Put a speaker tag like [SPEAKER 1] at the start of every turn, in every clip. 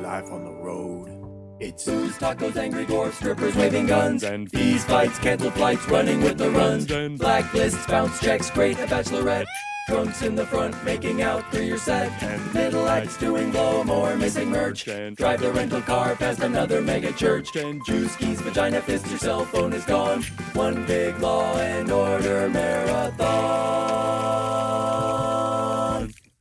[SPEAKER 1] life on the road. It's
[SPEAKER 2] Booze, tacos, angry dwarfs, strippers waving guns,
[SPEAKER 3] And-
[SPEAKER 2] fees, fights, cancel flights, running with the runs,
[SPEAKER 3] And-
[SPEAKER 2] blacklists, bounce checks, great, a bachelorette, trunks in the front, making out through your set,
[SPEAKER 3] And-
[SPEAKER 2] middle acts doing blow, more missing merch,
[SPEAKER 3] And-
[SPEAKER 2] drive the rental car past another mega church,
[SPEAKER 3] And-
[SPEAKER 2] juice skis, vagina fist, your cell phone is gone, one big law and order marathon.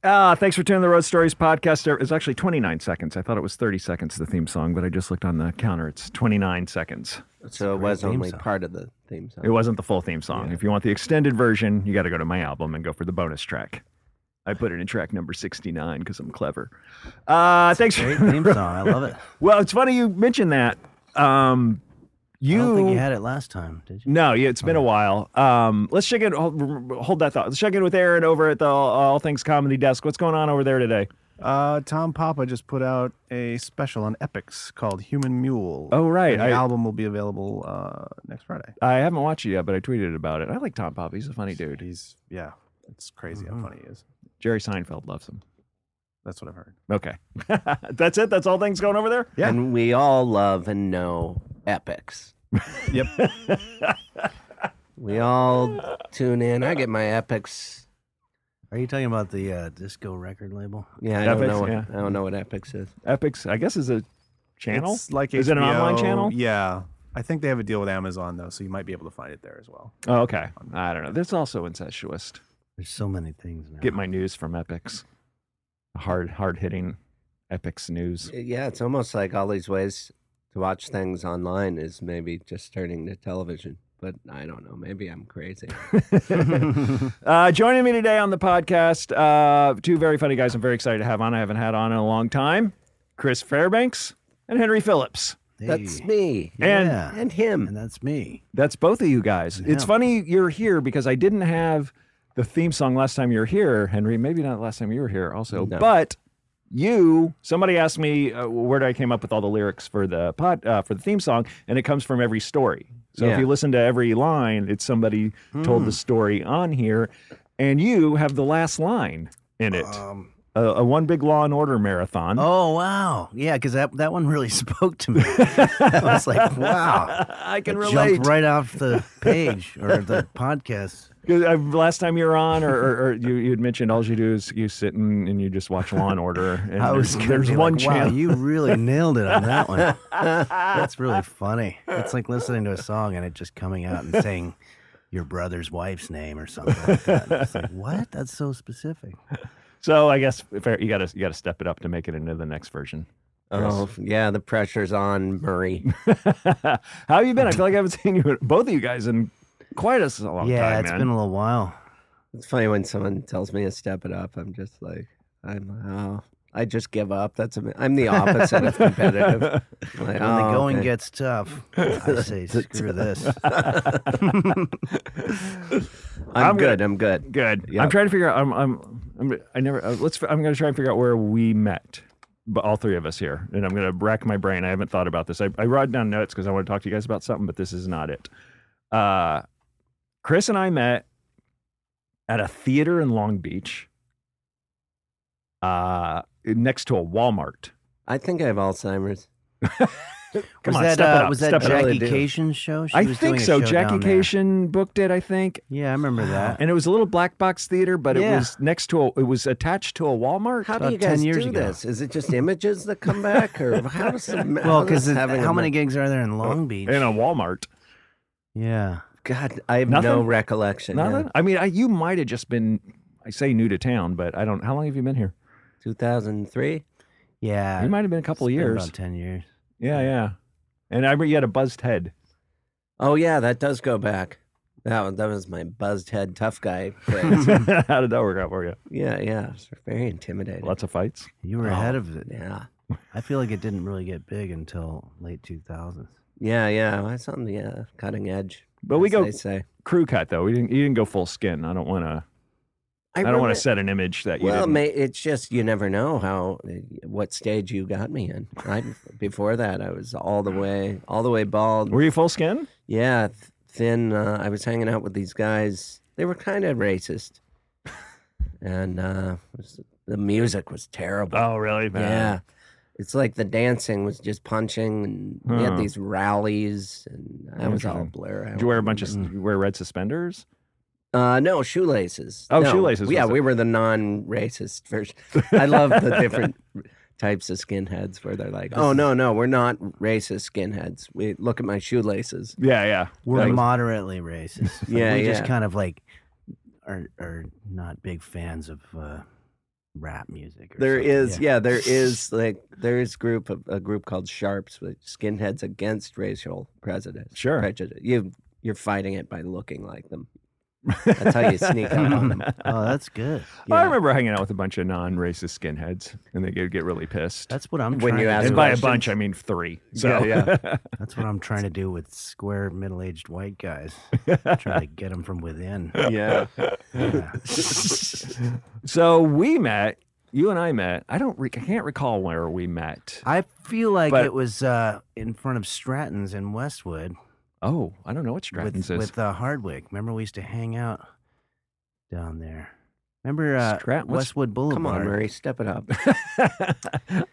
[SPEAKER 4] Ah, thanks for tuning in the Road Stories podcast. It's actually 29 seconds. I thought it was 30 seconds, the theme song, but I just looked on the counter. It's 29 seconds.
[SPEAKER 5] So it
[SPEAKER 4] great
[SPEAKER 5] was
[SPEAKER 4] theme
[SPEAKER 5] only
[SPEAKER 4] song.
[SPEAKER 5] part of the theme song.
[SPEAKER 4] It wasn't the full theme song. If you want the extended version, you got to go to my album and go for the bonus track. I put it in track number 69 because I'm clever. Uh, thanks.
[SPEAKER 6] Great
[SPEAKER 4] for-
[SPEAKER 6] theme song. I love it.
[SPEAKER 4] well, it's funny you mentioned that. Um,
[SPEAKER 6] I
[SPEAKER 4] you,
[SPEAKER 6] don't think you had it last time, did you?
[SPEAKER 4] No, yeah, it's been a while. Um, let's check in. Hold, hold that thought. Let's check in with Aaron over at the All, All Things Comedy Desk. What's going on over there today?
[SPEAKER 7] Uh, Tom Papa just put out a special on Epics called Human Mule.
[SPEAKER 4] Oh, right.
[SPEAKER 7] And The
[SPEAKER 4] I-
[SPEAKER 7] album will be available uh, next Friday.
[SPEAKER 4] I haven't watched it yet, but I tweeted about it. I like Tom Papa. He's a funny dude. Mm-hmm.
[SPEAKER 7] He's, yeah, it's crazy how funny he is.
[SPEAKER 4] Jerry Seinfeld loves him.
[SPEAKER 7] That's what I've heard.
[SPEAKER 4] Okay. That's it. That's all things going over there.
[SPEAKER 7] Yeah.
[SPEAKER 5] And we all love and know epics.
[SPEAKER 7] Yep.
[SPEAKER 5] We all tune in. I get my epics.
[SPEAKER 6] Are you talking about the uh, disco record label?
[SPEAKER 5] Yeah, I don't
[SPEAKER 4] Epics,
[SPEAKER 5] know. What,
[SPEAKER 4] yeah.
[SPEAKER 5] I don't know what epics is.
[SPEAKER 4] Epics, I guess, is a channel.
[SPEAKER 7] It's like
[SPEAKER 4] is it an online
[SPEAKER 7] HBO
[SPEAKER 4] channel?
[SPEAKER 7] Yeah. I think they have a deal with Amazon, though, so you might be able to find it there as well.
[SPEAKER 4] Oh, okay. I don't know. That's also incestuous.
[SPEAKER 6] There's so many things now.
[SPEAKER 4] Get my news from Epics. Hard, hard hitting Epics news.
[SPEAKER 5] Yeah, it's almost like all these ways to watch things online is maybe just turning to television. But I don't know. Maybe I'm crazy.
[SPEAKER 4] Uh, joining me today on the podcast, uh, two very funny guys I'm very excited to have on. I haven't had on in a long time Chris Fairbanks and Henry Phillips.
[SPEAKER 6] Hey.
[SPEAKER 5] That's me
[SPEAKER 4] And
[SPEAKER 6] yeah.
[SPEAKER 5] and him.
[SPEAKER 6] and that's me.
[SPEAKER 4] That's both of you guys. It's
[SPEAKER 6] Yeah.
[SPEAKER 4] funny you're here because I didn't have the theme song last time you were here, Henry. Maybe not last time you were here, also.
[SPEAKER 5] No.
[SPEAKER 4] But you, somebody asked me uh, where did I came up with all the lyrics for the pot uh, for the theme song, and it comes from every story. So if
[SPEAKER 5] Yeah.
[SPEAKER 4] you listen to every line, it's somebody
[SPEAKER 6] Hmm.
[SPEAKER 4] told the story on here, and you have the last line in it. a, a one big Law and Order marathon.
[SPEAKER 6] Uh. Um, Oh wow, yeah, because that that one really spoke to me. I was like, wow,
[SPEAKER 4] I can
[SPEAKER 6] That
[SPEAKER 4] relate.
[SPEAKER 6] Jumped right off the page or the podcast.
[SPEAKER 4] 'Cause, uh, Last time you were on, or, or, or you you had mentioned all you do is you sit and, and you just watch Law and Order. And
[SPEAKER 6] I was
[SPEAKER 4] there's,
[SPEAKER 6] gonna
[SPEAKER 4] there's
[SPEAKER 6] be
[SPEAKER 4] one
[SPEAKER 6] like,
[SPEAKER 4] channel.
[SPEAKER 6] Wow, you really nailed it on that one. That's really funny. It's like listening to a song and it just coming out and saying your brother's wife's name or something like that. It's like, what? That's so specific.
[SPEAKER 4] So I guess fair, you gotta you gotta step it up to make it into the next version.
[SPEAKER 5] Oh, yeah. The pressure's on Murray.
[SPEAKER 4] How have you been? I feel like I haven't seen you both of you guys in quite a s- a long
[SPEAKER 6] yeah,
[SPEAKER 4] time,
[SPEAKER 6] it's
[SPEAKER 4] man.
[SPEAKER 6] been a little while.
[SPEAKER 5] It's funny when someone tells me to step it up. I'm just like, I'm oh, I just give up. That's am- I'm the opposite of competitive. I'm like,
[SPEAKER 6] When the
[SPEAKER 5] "Oh,
[SPEAKER 6] going
[SPEAKER 5] okay."
[SPEAKER 6] gets tough, I say, screw this.
[SPEAKER 5] I'm,
[SPEAKER 4] I'm
[SPEAKER 5] good.
[SPEAKER 4] gonna-
[SPEAKER 5] I'm good.
[SPEAKER 4] Good.
[SPEAKER 5] Yeah.
[SPEAKER 4] I'm trying to figure out. I'm. I'm. I'm I never. Uh, let's. I'm going to try and figure out where we met, but all three of us here, and I'm going to rack my brain. I haven't thought about this. I, I wrote down notes because I want to talk to you guys about something, but this is not it. Uh, Chris and I met at a theater in Long Beach, uh, next to a Walmart.
[SPEAKER 5] I think I have Alzheimer's.
[SPEAKER 4] Come
[SPEAKER 6] was
[SPEAKER 4] on,
[SPEAKER 6] that,
[SPEAKER 4] step it
[SPEAKER 6] uh,
[SPEAKER 4] up,
[SPEAKER 6] Was that
[SPEAKER 4] step it up.
[SPEAKER 5] I really
[SPEAKER 6] Jackie
[SPEAKER 5] do.
[SPEAKER 6] Cation's show? She
[SPEAKER 4] I
[SPEAKER 6] was doing
[SPEAKER 4] think
[SPEAKER 6] a
[SPEAKER 4] so.
[SPEAKER 6] show
[SPEAKER 4] Jackie
[SPEAKER 6] down there.
[SPEAKER 4] Cation booked it. I think.
[SPEAKER 6] Yeah, I remember that.
[SPEAKER 4] And it was a little black box theater, but it
[SPEAKER 6] Yeah.
[SPEAKER 4] was next to a, it was attached to a Walmart.
[SPEAKER 5] How do
[SPEAKER 6] About
[SPEAKER 5] you
[SPEAKER 6] 10
[SPEAKER 5] guys
[SPEAKER 6] years
[SPEAKER 5] do
[SPEAKER 6] ago.
[SPEAKER 5] this? Is it just images that come back, or how does the
[SPEAKER 6] well,
[SPEAKER 5] because
[SPEAKER 6] because how many gigs are there in Long Beach?
[SPEAKER 4] in a Walmart.
[SPEAKER 6] yeah.
[SPEAKER 5] God, I have no
[SPEAKER 4] Nothing?
[SPEAKER 5] recollection. yeah.
[SPEAKER 4] Nothing. I mean, I, you might have just been. I say new to town, but I don't. How long have you been here?
[SPEAKER 5] 2003.
[SPEAKER 6] Yeah.
[SPEAKER 4] You might have been a couple of
[SPEAKER 6] It's been
[SPEAKER 4] years.
[SPEAKER 6] About 10 years.
[SPEAKER 4] Yeah, yeah. And I remember you had a buzzed head.
[SPEAKER 5] Oh yeah, that does go back. That was, that was my buzzed head tough guy. Phrase.
[SPEAKER 4] How did that work out for you?
[SPEAKER 5] yeah, yeah, it's very intimidating. Oh,
[SPEAKER 4] Lots of fights.
[SPEAKER 6] You were ahead of it.
[SPEAKER 5] yeah.
[SPEAKER 6] I feel like it didn't really get big until late 2000s.
[SPEAKER 5] Yeah, yeah, that's on the uh, cutting edge.
[SPEAKER 4] But we
[SPEAKER 5] as
[SPEAKER 4] go-
[SPEAKER 5] They say.
[SPEAKER 4] Crew cut though. We didn't. You didn't go full skin. I don't want to. I, don't want
[SPEAKER 5] remember-
[SPEAKER 4] to set an image that you.
[SPEAKER 5] Well,
[SPEAKER 4] didn't.
[SPEAKER 5] ma- it's just you never know how eh, what stage you got me in. I before that I was all the way all the way bald.
[SPEAKER 4] Were you full skin?
[SPEAKER 5] Yeah, th- thin. Uh, I was hanging out with these guys. They were kind of racist, and uh, it was- the music was terrible.
[SPEAKER 4] Oh, really? Man.
[SPEAKER 5] yeah, It's like the dancing was just punching, and we
[SPEAKER 4] Huh.
[SPEAKER 5] had these rallies, and I was all
[SPEAKER 4] Interesting.
[SPEAKER 5] blur. I
[SPEAKER 4] Did
[SPEAKER 5] don't
[SPEAKER 4] you wear a bunch of?
[SPEAKER 5] remember.
[SPEAKER 4] Did you wear red suspenders?
[SPEAKER 5] Uh, no shoelaces.
[SPEAKER 4] Oh,
[SPEAKER 5] No.
[SPEAKER 4] shoelaces
[SPEAKER 5] Yeah,
[SPEAKER 4] was
[SPEAKER 5] we were the non-racist version. I love the different types of skinheads where they're like, "Oh no, no, we're not racist skinheads. We look at my shoelaces."
[SPEAKER 4] Yeah, yeah.
[SPEAKER 6] We're
[SPEAKER 4] That was-
[SPEAKER 6] moderately racist. Like,
[SPEAKER 5] Yeah,
[SPEAKER 6] we just
[SPEAKER 5] yeah.
[SPEAKER 6] kind of like are are not big fans of uh, rap music. Or
[SPEAKER 5] There
[SPEAKER 6] something.
[SPEAKER 5] is, yeah. there is like there is group of a group called Sharps, with skinheads against racial prejudice.
[SPEAKER 4] Sure.
[SPEAKER 5] prejudice. You you're fighting it by looking like them. That's how you sneak up on them.
[SPEAKER 6] Oh, that's good.
[SPEAKER 4] I remember hanging out with a bunch of non-racist skinheads, and they would get really pissed.
[SPEAKER 6] That's what I'm
[SPEAKER 5] When
[SPEAKER 6] trying
[SPEAKER 5] you
[SPEAKER 6] to
[SPEAKER 5] ask
[SPEAKER 6] do.
[SPEAKER 4] and by a bunch, I mean three. So
[SPEAKER 5] Yeah,
[SPEAKER 6] That's what I'm trying to do with square middle-aged white guys. trying to get them from within.
[SPEAKER 5] Yeah.
[SPEAKER 6] Yeah.
[SPEAKER 4] so we met. You and I met. I don't. Re- I can't recall where we met.
[SPEAKER 6] I feel like
[SPEAKER 4] But-
[SPEAKER 6] it was uh, in front of Stratton's in Westwood
[SPEAKER 4] Oh, I don't know what Stratton's
[SPEAKER 6] with
[SPEAKER 4] is.
[SPEAKER 6] with uh, Hardwick. Remember we used to hang out down there. Remember uh,
[SPEAKER 4] Stratton- what's-
[SPEAKER 6] Westwood Boulevard.
[SPEAKER 5] Come on, Murray, step it up.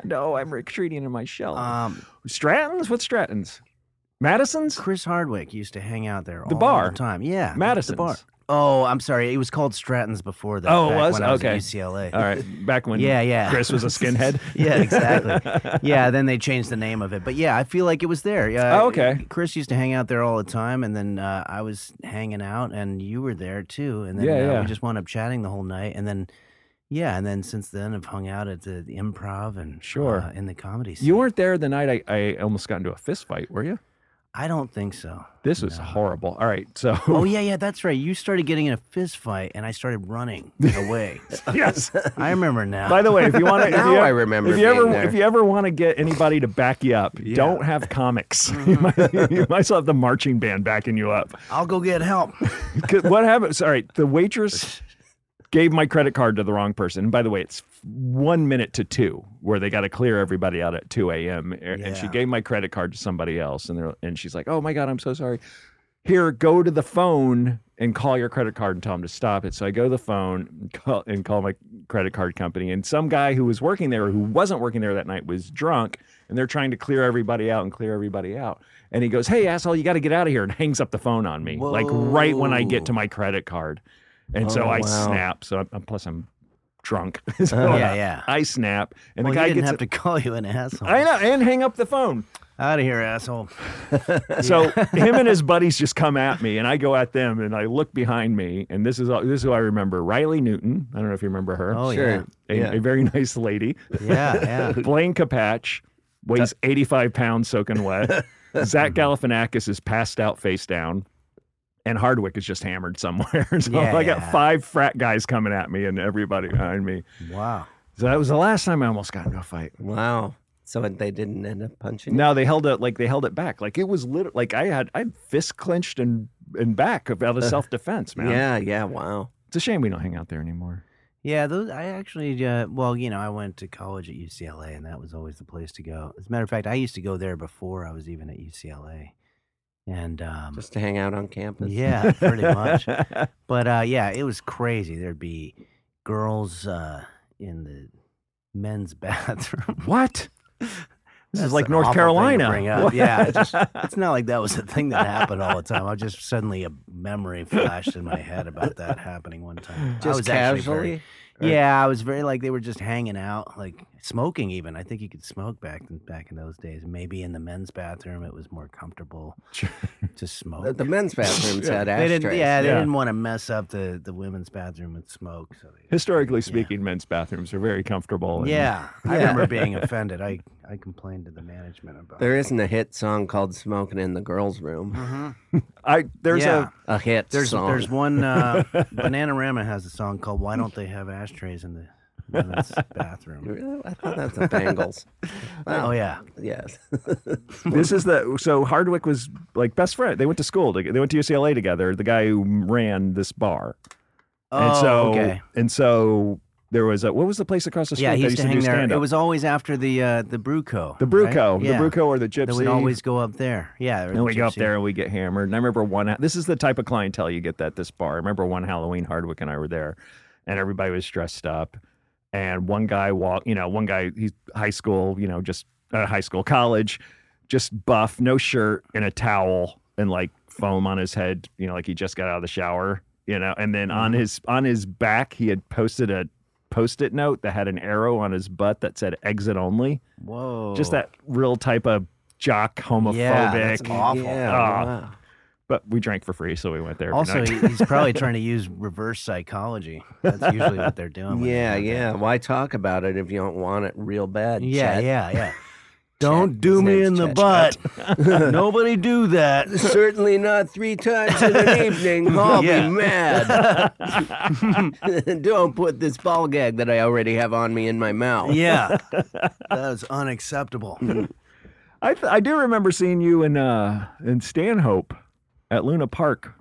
[SPEAKER 4] no, I'm retreating in my shell.
[SPEAKER 6] Um,
[SPEAKER 4] Stratton's? What's Stratton's? Madison's?
[SPEAKER 6] Chris Hardwick used to hang out there
[SPEAKER 4] The
[SPEAKER 6] all
[SPEAKER 4] bar.
[SPEAKER 6] the time. Yeah,
[SPEAKER 4] Madison's.
[SPEAKER 6] The bar. Oh, I'm sorry. It was called Stratton's before that.
[SPEAKER 4] Oh, it
[SPEAKER 6] back
[SPEAKER 4] was?
[SPEAKER 6] When I was at
[SPEAKER 4] Okay.
[SPEAKER 6] UCLA.
[SPEAKER 4] All right. Back when
[SPEAKER 6] Yeah, yeah.
[SPEAKER 4] Chris was a skinhead.
[SPEAKER 6] yeah, exactly. yeah, then they changed the name of it. But yeah, I feel like it was there. Yeah.
[SPEAKER 4] Oh, okay.
[SPEAKER 6] Chris used to hang out there all the time, and then uh, I was hanging out, and you were there too. And then
[SPEAKER 4] Yeah,
[SPEAKER 6] uh,
[SPEAKER 4] yeah.
[SPEAKER 6] we just wound up chatting the whole night, and then yeah, and then since then I've hung out at the, the improv and
[SPEAKER 4] Sure.
[SPEAKER 6] uh, in the comedy. Scene.
[SPEAKER 4] You weren't there the night I, I almost got into a fist fight, were you?
[SPEAKER 6] I don't think so.
[SPEAKER 4] This was
[SPEAKER 6] No.
[SPEAKER 4] horrible. All right. So,
[SPEAKER 6] Oh yeah, yeah, that's right. You started getting in a fist fight, and I started running away.
[SPEAKER 4] yes.
[SPEAKER 6] I remember now.
[SPEAKER 4] By the way, if you want to, if
[SPEAKER 5] Now
[SPEAKER 4] you,
[SPEAKER 5] Oh, I remember
[SPEAKER 4] If you
[SPEAKER 5] being
[SPEAKER 4] ever,
[SPEAKER 5] there.
[SPEAKER 4] if you ever want to get anybody to back you up, don't have comics. you, might, you might still have the marching band backing you up.
[SPEAKER 6] I'll go get help.
[SPEAKER 4] 'Cause what happened? Sorry, the waitress gave my credit card to the wrong person. And by the way, it's one minute to two where they got to clear everybody out at 2 a.m. And she
[SPEAKER 6] Yeah.
[SPEAKER 4] gave my credit card to somebody else. And, they're- and she's like, oh my God, I'm so sorry. Here, go to the phone and call your credit card and tell them to stop it. So I go to the phone and call, and call my credit card company. And some guy who was working there, who wasn't working there that night, was drunk. And they're trying to clear everybody out and clear everybody out. And he goes, Hey, asshole, you got to get out of here. And hangs up the phone on me, like right when I get to
[SPEAKER 6] Whoa.
[SPEAKER 4] my credit card. And so
[SPEAKER 5] Oh,
[SPEAKER 4] I
[SPEAKER 5] wow.
[SPEAKER 4] snap. So I'm, plus I'm drunk. so
[SPEAKER 6] Uh-huh. yeah, yeah.
[SPEAKER 4] I snap, and
[SPEAKER 6] well,
[SPEAKER 4] the guy
[SPEAKER 6] he didn't
[SPEAKER 4] gets.
[SPEAKER 6] have to call you an asshole.
[SPEAKER 4] I know, and hang up the phone.
[SPEAKER 6] Out of here, asshole.
[SPEAKER 4] So him and his buddies just come at me, and I go at them, and I look behind me, and this is all, this is who I remember: Riley Newton. I don't know if you remember her.
[SPEAKER 6] Oh
[SPEAKER 5] sure.
[SPEAKER 4] a,
[SPEAKER 5] yeah.
[SPEAKER 4] a very nice lady.
[SPEAKER 6] yeah, yeah, yeah.
[SPEAKER 4] Blaine Capatch weighs 85 pounds, soaking wet. Zach Galifianakis is passed out face down. And Hardwick is just hammered somewhere. so
[SPEAKER 6] Yeah,
[SPEAKER 4] I got
[SPEAKER 6] yeah.
[SPEAKER 4] five frat guys coming at me and everybody behind me.
[SPEAKER 6] Wow.
[SPEAKER 4] So that was the last time I almost got into a fight.
[SPEAKER 5] Wow. So they didn't end up punching. you?
[SPEAKER 4] No, they held it like they held it back. Like it was lit. Like I had I had fist clenched and and back of out of self defense, man.
[SPEAKER 5] Yeah. Yeah. Wow.
[SPEAKER 4] it's a shame we don't hang out there anymore.
[SPEAKER 6] Yeah, those I actually uh, well, you know, I went to college at UCLA, and that was always the place to go. As a matter of fact, I used to go there before I was even at UCLA, and um,
[SPEAKER 5] Just to hang out on campus.
[SPEAKER 6] yeah, pretty much. But uh, yeah, it was crazy. There'd be girls uh, in the men's bathroom.
[SPEAKER 4] What? This
[SPEAKER 6] That's
[SPEAKER 4] is like
[SPEAKER 6] an
[SPEAKER 4] North
[SPEAKER 6] awful thing to
[SPEAKER 4] Carolina.
[SPEAKER 6] bring up. Yeah, it's, just- it's not like that was a thing that happened all the time. I just suddenly a memory flashed in my head about that happening one time. I
[SPEAKER 5] Just
[SPEAKER 6] was actually very-
[SPEAKER 5] casually. Or-
[SPEAKER 6] yeah, I was very like they were just hanging out, like smoking. Even I think you could smoke back in, back in those days. Maybe in the men's bathroom, it was more comfortable to smoke.
[SPEAKER 5] The, the men's bathrooms had
[SPEAKER 6] they
[SPEAKER 5] ashtrays.
[SPEAKER 6] didn't, yeah, they
[SPEAKER 4] Yeah.
[SPEAKER 6] didn't want to mess up the, the women's bathroom with smoke. So they,
[SPEAKER 4] Historically speaking, men's bathrooms are very comfortable. and-
[SPEAKER 6] yeah, I remember being offended. I, I complained to the management about.
[SPEAKER 5] There
[SPEAKER 6] it.
[SPEAKER 5] isn't a hit song called "Smoking in the Girls' Room."
[SPEAKER 4] Mm-hmm. I there's
[SPEAKER 6] yeah.
[SPEAKER 5] A hit
[SPEAKER 6] There's
[SPEAKER 5] song.
[SPEAKER 6] there's one uh, Bananarama has a song called "Why Don't They Have Ashtrays in the Women's Bathroom."
[SPEAKER 5] Really? I thought that's the Bangles.
[SPEAKER 6] Oh yeah,
[SPEAKER 5] Yes.
[SPEAKER 4] a this is the so Hardwick was like best friend. They went to school. to- They went to UCLA together. The guy who ran this bar.
[SPEAKER 6] oh
[SPEAKER 4] and so
[SPEAKER 6] okay.
[SPEAKER 4] and so there was a what was the place across the street
[SPEAKER 6] Yeah,
[SPEAKER 4] that
[SPEAKER 6] he
[SPEAKER 4] used
[SPEAKER 6] used to hang
[SPEAKER 4] do
[SPEAKER 6] there.
[SPEAKER 4] stand
[SPEAKER 6] It was always after the uh, the Bruco.
[SPEAKER 4] The Bruco,
[SPEAKER 6] right? Yeah.
[SPEAKER 4] the Bruco or the Gypsy.
[SPEAKER 6] They would always go up there. Yeah.
[SPEAKER 4] and we go up there and we get hammered. And I remember one. This is the type of clientele you get at this bar. I remember one Halloween Hardwick and I were there, and everybody was dressed up, and one guy walk, you know, one guy he's high school, you know, just uh, high school, college, just buff, no shirt, and a towel and like foam on his head, you know, like he just got out of the shower, you know, and then
[SPEAKER 6] Mm-hmm.
[SPEAKER 4] on his on his back he had posted a post-it note that had an arrow on his butt that said "exit only."
[SPEAKER 6] Whoa.
[SPEAKER 4] Just that real type of jock homophobic.
[SPEAKER 6] Oh. Yeah, that's awful.
[SPEAKER 5] Yeah,
[SPEAKER 4] Ah.
[SPEAKER 5] wow.
[SPEAKER 4] But we drank for free, so we went there.
[SPEAKER 6] Also,
[SPEAKER 4] overnight.
[SPEAKER 6] he- he's probably trying to use reverse psychology. That's usually what they're doing. when they
[SPEAKER 5] yeah,
[SPEAKER 6] do that.
[SPEAKER 5] yeah. Why talk about it if you don't want it real bad?
[SPEAKER 6] Yeah,
[SPEAKER 5] Chet?
[SPEAKER 6] yeah, yeah. Don't
[SPEAKER 5] Chet.
[SPEAKER 6] do
[SPEAKER 5] His
[SPEAKER 6] me
[SPEAKER 5] name's
[SPEAKER 6] in the
[SPEAKER 5] Chet.
[SPEAKER 6] butt. Nobody do that.
[SPEAKER 5] Certainly not three times in an evening. I'll
[SPEAKER 6] Yeah.
[SPEAKER 5] be mad. Don't put this ball gag that I already have on me in my mouth.
[SPEAKER 6] Yeah. That is unacceptable.
[SPEAKER 4] Mm-hmm. I th- I do remember seeing you in uh in Stanhope at Luna Park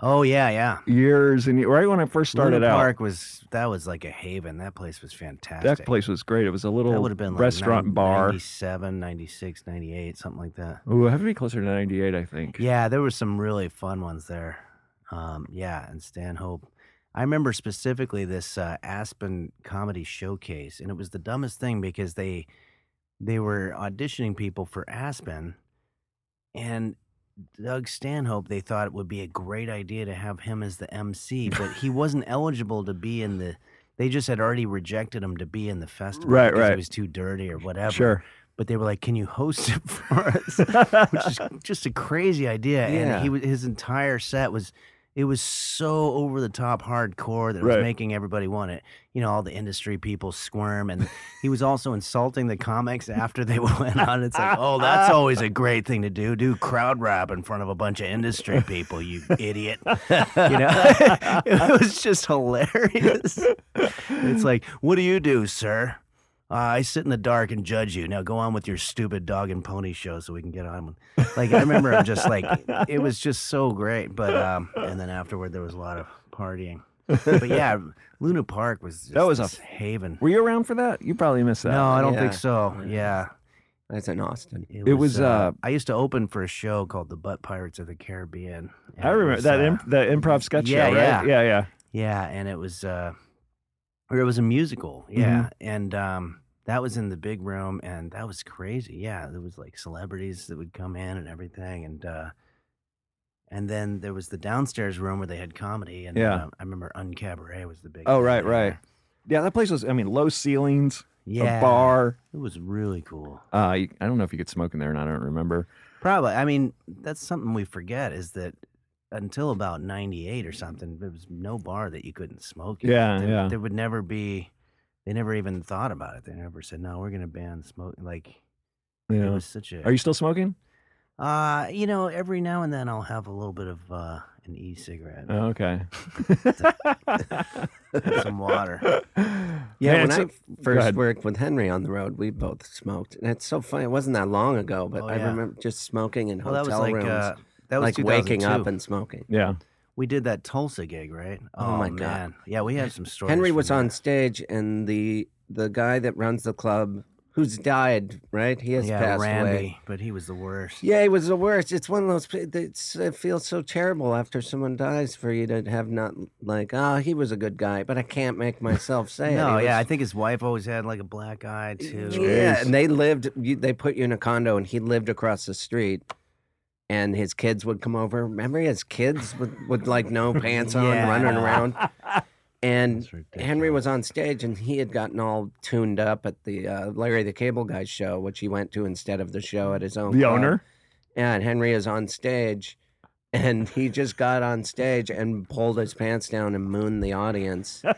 [SPEAKER 6] Oh yeah, yeah.
[SPEAKER 4] years and right when I first started
[SPEAKER 6] Luna
[SPEAKER 4] out.
[SPEAKER 6] Park was that was like a haven. That place was fantastic.
[SPEAKER 4] That place was great. It was a
[SPEAKER 6] that
[SPEAKER 4] little
[SPEAKER 6] would have been like
[SPEAKER 4] restaurant
[SPEAKER 6] nine-
[SPEAKER 4] bar.
[SPEAKER 6] 97, 96, 98, something like that.
[SPEAKER 4] Ooh, I have to be closer to 98, I think.
[SPEAKER 6] Yeah, there were some really fun ones there. Um, yeah, and Stanhope. I remember specifically this uh, Aspen Comedy Showcase, and it was the dumbest thing because they they were auditioning people for Aspen, and Doug Stanhope. They thought it would be a great idea to have him as the MC, but he wasn't eligible to be in the. They just had already rejected him to be in the festival.
[SPEAKER 4] Right,
[SPEAKER 6] because He
[SPEAKER 4] right.
[SPEAKER 6] was too dirty or whatever
[SPEAKER 4] Sure.
[SPEAKER 6] but they were like, "Can you host it for us?" Which is just a crazy idea.
[SPEAKER 5] Yeah.
[SPEAKER 6] And he was his entire set was it was so over the top hardcore that it
[SPEAKER 4] Right.
[SPEAKER 6] was making everybody want it. You know, all the industry people squirm, and he was also insulting the comics after they went on. It's like, oh, that's always a great thing to do. Do crowd rap in front of a bunch of industry people, you idiot. You know, it was just hilarious. It's like, what do you do, sir? Uh, I sit in the dark and judge you. Now go on with your stupid dog and pony show so we can get on. with-" Like I remember, I'm just like, it was just so great. But um, and then afterward, there was a lot of partying. But yeah, Luna Park was just
[SPEAKER 4] That was a-
[SPEAKER 6] this haven.
[SPEAKER 4] Were you around for that? You probably missed that.
[SPEAKER 6] No, I don't think
[SPEAKER 5] Yeah.
[SPEAKER 6] so. Yeah,
[SPEAKER 5] That's in Austin.
[SPEAKER 6] it,
[SPEAKER 4] was, uh,
[SPEAKER 6] I used to open for a show called The Butt Pirates of the Caribbean. and
[SPEAKER 4] I
[SPEAKER 6] it
[SPEAKER 4] remember
[SPEAKER 6] was,
[SPEAKER 4] that
[SPEAKER 6] uh,
[SPEAKER 4] imp- that improv sketch
[SPEAKER 6] yeah,
[SPEAKER 4] show, right? Yeah, yeah.
[SPEAKER 6] Yeah, and it was uh or it was a musical.
[SPEAKER 4] Mm-hmm.
[SPEAKER 6] Yeah. And um that was in the big room and that was crazy. Yeah, there was like celebrities that would come in and everything and uh and then there was the downstairs room where they had comedy and
[SPEAKER 4] Yeah.
[SPEAKER 6] uh, I remember Uncabaret was the big
[SPEAKER 4] Oh,
[SPEAKER 6] thing
[SPEAKER 4] right, right.
[SPEAKER 6] there.
[SPEAKER 4] Yeah, that place was, I mean, low ceilings,
[SPEAKER 6] Yeah.
[SPEAKER 4] a bar.
[SPEAKER 6] It was really cool.
[SPEAKER 4] Uh, you- I don't know if you could smoke in there or not. I don't remember.
[SPEAKER 6] Probably. I mean, that's something we forget is that until about 98 or something, there was no bar that you couldn't smoke. in.
[SPEAKER 4] Yeah,
[SPEAKER 6] there,
[SPEAKER 4] yeah.
[SPEAKER 6] There would never be, they never even thought about it. They never said, no, we're going to ban smoking. Like, it
[SPEAKER 4] Yeah.
[SPEAKER 6] was such a.
[SPEAKER 4] Are you still smoking?
[SPEAKER 6] Uh, you know, every now and then I'll have a little bit of uh, an e cigarette
[SPEAKER 4] Oh, okay.
[SPEAKER 6] and some water.
[SPEAKER 5] Yeah,
[SPEAKER 4] Man,
[SPEAKER 5] when I
[SPEAKER 4] so-
[SPEAKER 5] first
[SPEAKER 4] ahead.
[SPEAKER 5] worked with Henry on the road, we both smoked. And it's so funny. It wasn't that long ago, but
[SPEAKER 6] Oh,
[SPEAKER 5] I
[SPEAKER 6] yeah.
[SPEAKER 5] remember just smoking in
[SPEAKER 6] Well, that
[SPEAKER 5] hotel
[SPEAKER 6] was like,
[SPEAKER 5] rooms.
[SPEAKER 6] uh, that was
[SPEAKER 5] like waking up
[SPEAKER 6] 2002.
[SPEAKER 5] and smoking.
[SPEAKER 4] yeah.
[SPEAKER 6] we did that Tulsa gig, right?
[SPEAKER 5] Oh, my God.
[SPEAKER 6] man. Yeah, we had some stories.
[SPEAKER 5] Henry
[SPEAKER 6] from
[SPEAKER 5] was on
[SPEAKER 6] that.
[SPEAKER 5] stage, and the the guy that runs the club, who's died, right? He has
[SPEAKER 6] Yeah,
[SPEAKER 5] passed
[SPEAKER 6] Randy,
[SPEAKER 5] away.
[SPEAKER 6] but he was the worst.
[SPEAKER 5] Yeah, it was the worst. It's one of those. p- It's, it feels so terrible after someone dies for you to have not like, oh, he was a good guy, but I can't make myself say it.
[SPEAKER 6] No,
[SPEAKER 5] He
[SPEAKER 6] yeah, I
[SPEAKER 5] was-
[SPEAKER 6] think his wife always had like a black eye too.
[SPEAKER 5] yeah. And they lived. You, they put you in a condo, and he lived across the street. And his kids would come over. Remember, his kids with, with like no pants on,
[SPEAKER 6] Yeah.
[SPEAKER 5] running around. And
[SPEAKER 6] That's ridiculous.
[SPEAKER 5] Henry was on stage, and he had gotten all tuned up at the uh, Larry the Cable Guy show, which he went to instead of the show at his own.
[SPEAKER 4] The
[SPEAKER 5] club.
[SPEAKER 4] owner?
[SPEAKER 5] Yeah, and Henry is on stage, and he just got on stage and pulled his pants down and mooned the audience.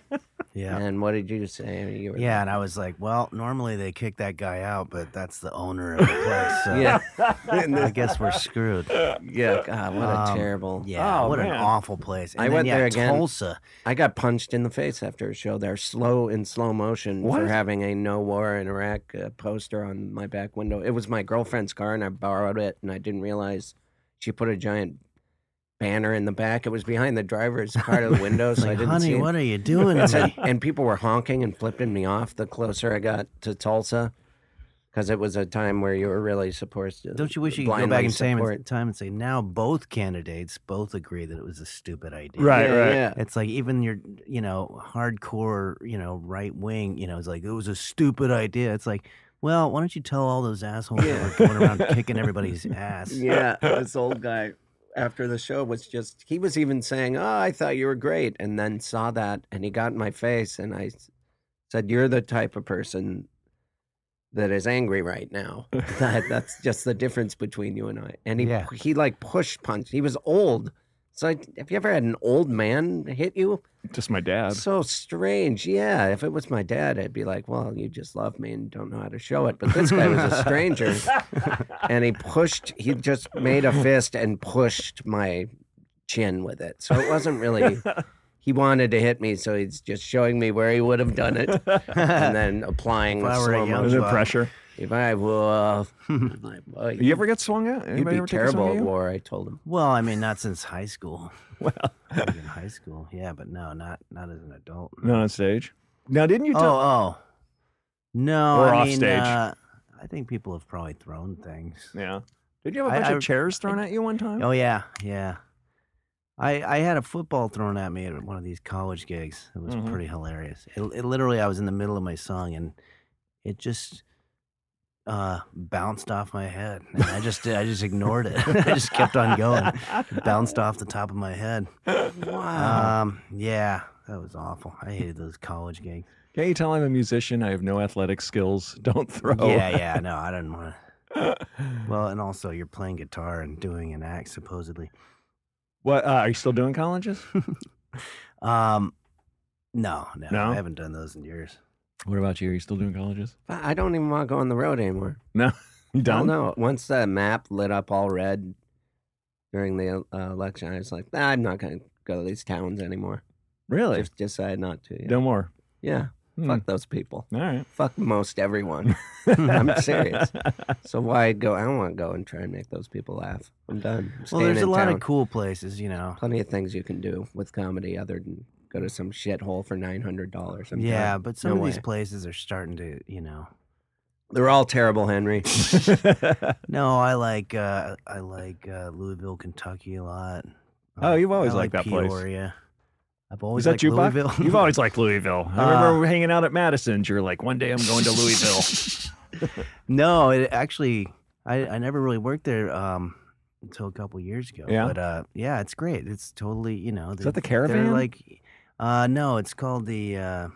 [SPEAKER 6] Yeah.
[SPEAKER 5] And what did you say? You were-
[SPEAKER 6] Yeah, and I was like, well, normally they kick that guy out, but that's the owner of the place, so
[SPEAKER 5] yeah,
[SPEAKER 6] I guess we're screwed.
[SPEAKER 5] yeah. God, what a
[SPEAKER 6] Um,
[SPEAKER 5] terrible.
[SPEAKER 6] Yeah,
[SPEAKER 4] Oh,
[SPEAKER 6] what an
[SPEAKER 4] man.
[SPEAKER 6] awful place. And
[SPEAKER 5] I
[SPEAKER 6] then,
[SPEAKER 5] went
[SPEAKER 6] yeah,
[SPEAKER 5] there again.
[SPEAKER 6] Tulsa.
[SPEAKER 5] I got punched in the face after a show there, slow in slow motion
[SPEAKER 4] What?
[SPEAKER 5] for having a no war in Iraq uh, poster on my back window. It was my girlfriend's car, and I borrowed it, and I didn't realize she put a giant banner in the back. It was behind the driver's part of the window,
[SPEAKER 6] It's
[SPEAKER 5] so I
[SPEAKER 6] like,
[SPEAKER 5] didn't see
[SPEAKER 6] honey,
[SPEAKER 5] it.
[SPEAKER 6] what are you doing
[SPEAKER 5] It
[SPEAKER 6] to
[SPEAKER 5] said-
[SPEAKER 6] me?
[SPEAKER 5] and people were honking and flipping me off the closer I got to Tulsa. because it was a time where you were really supposed to.
[SPEAKER 6] Don't you wish you could go back
[SPEAKER 5] blindly
[SPEAKER 6] in time,
[SPEAKER 5] support-
[SPEAKER 6] time and say now both candidates both agree that it was a stupid idea.
[SPEAKER 4] Right,
[SPEAKER 5] Yeah,
[SPEAKER 4] right.
[SPEAKER 5] yeah.
[SPEAKER 6] It's like even your you know hardcore you know right wing you know it's like it was a stupid idea. It's like well why don't you tell all those assholes that were going around kicking everybody's ass?
[SPEAKER 5] yeah, this old guy after the show was just he was even saying, "Oh, I thought you were great," and then saw that and he got in my face and I s- said, "You're the type of person that is angry right now. that that's just the difference between you and I." And he
[SPEAKER 6] Yeah.
[SPEAKER 5] he like push punched. He was old. It's like, have you ever had an old man hit you?
[SPEAKER 4] Just my dad.
[SPEAKER 5] So strange. Yeah. If it was my dad, I'd be like, well, you just love me and don't know how to show it. But this guy was a stranger. and he pushed, he just made a fist and pushed my chin with it. So it wasn't really, he wanted to hit me. So he's just showing me where he would have done it and then applying
[SPEAKER 6] If
[SPEAKER 5] the
[SPEAKER 6] I were a
[SPEAKER 5] slow
[SPEAKER 6] young
[SPEAKER 4] Under
[SPEAKER 5] motion.
[SPEAKER 6] Wow.
[SPEAKER 4] pressure.
[SPEAKER 5] If I were, I'm like, well,
[SPEAKER 4] You ever get swung at?
[SPEAKER 5] you'd
[SPEAKER 4] Anybody
[SPEAKER 5] be
[SPEAKER 4] ever take a swing
[SPEAKER 5] terrible at
[SPEAKER 4] at you?
[SPEAKER 5] war, I told him.
[SPEAKER 6] Well, I mean not since high school. Well, in high school, yeah, but no, not not as an adult.
[SPEAKER 4] Not on stage. Now, didn't you
[SPEAKER 6] Oh,
[SPEAKER 4] tell?
[SPEAKER 6] oh, no,
[SPEAKER 4] Or
[SPEAKER 6] I
[SPEAKER 4] off
[SPEAKER 6] mean,
[SPEAKER 4] stage.
[SPEAKER 6] uh, I think people have probably thrown things.
[SPEAKER 4] Yeah. Did you have a
[SPEAKER 6] I-
[SPEAKER 4] bunch
[SPEAKER 6] I-
[SPEAKER 4] of chairs thrown at you one time?
[SPEAKER 6] Oh yeah, yeah. I I had a football thrown at me at one of these college gigs. It was
[SPEAKER 4] Mhm.
[SPEAKER 6] pretty hilarious. It, it literally I was in the middle of my song and it just uh bounced off my head and I just I just ignored it. I just kept on going. It bounced off the top of my head.
[SPEAKER 5] Wow.
[SPEAKER 6] Um yeah, that was awful. I hated those college gigs.
[SPEAKER 4] Can't you tell I'm a musician? I have no athletic skills. Don't throw.
[SPEAKER 6] Yeah, yeah, no, I didn't want to. Well, and also you're playing guitar and doing an act supposedly.
[SPEAKER 4] What? Uh, are you still doing colleges?
[SPEAKER 6] Um no, no,
[SPEAKER 4] No?
[SPEAKER 6] I haven't done those in years.
[SPEAKER 4] what about you? Are you still doing colleges?
[SPEAKER 5] I don't even want to go on the road anymore.
[SPEAKER 4] No. You
[SPEAKER 5] I
[SPEAKER 4] done?
[SPEAKER 5] don't know. Once the map lit up all red during the uh, election, I was like, nah, I'm not going to go to these towns anymore.
[SPEAKER 4] Really?
[SPEAKER 5] Just decided not to. Yeah.
[SPEAKER 4] No more.
[SPEAKER 5] Yeah.
[SPEAKER 4] Hmm.
[SPEAKER 5] Fuck those people.
[SPEAKER 4] All right.
[SPEAKER 5] Fuck most everyone. I'm serious. So why go? I don't want to go and try and make those people laugh. I'm done. I'm
[SPEAKER 6] Well,
[SPEAKER 5] staying
[SPEAKER 6] there's a
[SPEAKER 5] in
[SPEAKER 6] lot
[SPEAKER 5] town.
[SPEAKER 6] of cool places, you know.
[SPEAKER 5] plenty of things you can do with comedy other than go to some shithole for nine hundred dollars.
[SPEAKER 6] yeah, but some
[SPEAKER 5] No
[SPEAKER 6] of these
[SPEAKER 5] way.
[SPEAKER 6] places are starting to, you know.
[SPEAKER 5] they're all terrible, Henry.
[SPEAKER 6] No, I like uh I like uh Louisville, Kentucky a lot. I
[SPEAKER 4] Oh,
[SPEAKER 6] like-
[SPEAKER 4] you've always
[SPEAKER 6] I
[SPEAKER 4] liked
[SPEAKER 6] like
[SPEAKER 4] that place.
[SPEAKER 6] Peoria. I've
[SPEAKER 4] Is
[SPEAKER 6] always
[SPEAKER 4] that
[SPEAKER 6] liked
[SPEAKER 4] you, Buck?
[SPEAKER 6] Louisville.
[SPEAKER 4] You've always liked Louisville. I
[SPEAKER 6] Uh,
[SPEAKER 4] remember hanging out at Madison's. You're like, one day I'm going to Louisville.
[SPEAKER 6] No, it actually I I never really worked there um until a couple years ago.
[SPEAKER 4] Yeah?
[SPEAKER 6] But uh yeah, it's great. It's totally, you know,
[SPEAKER 4] Is that the
[SPEAKER 6] they're
[SPEAKER 4] caravan?
[SPEAKER 6] like uh no, it's called the uh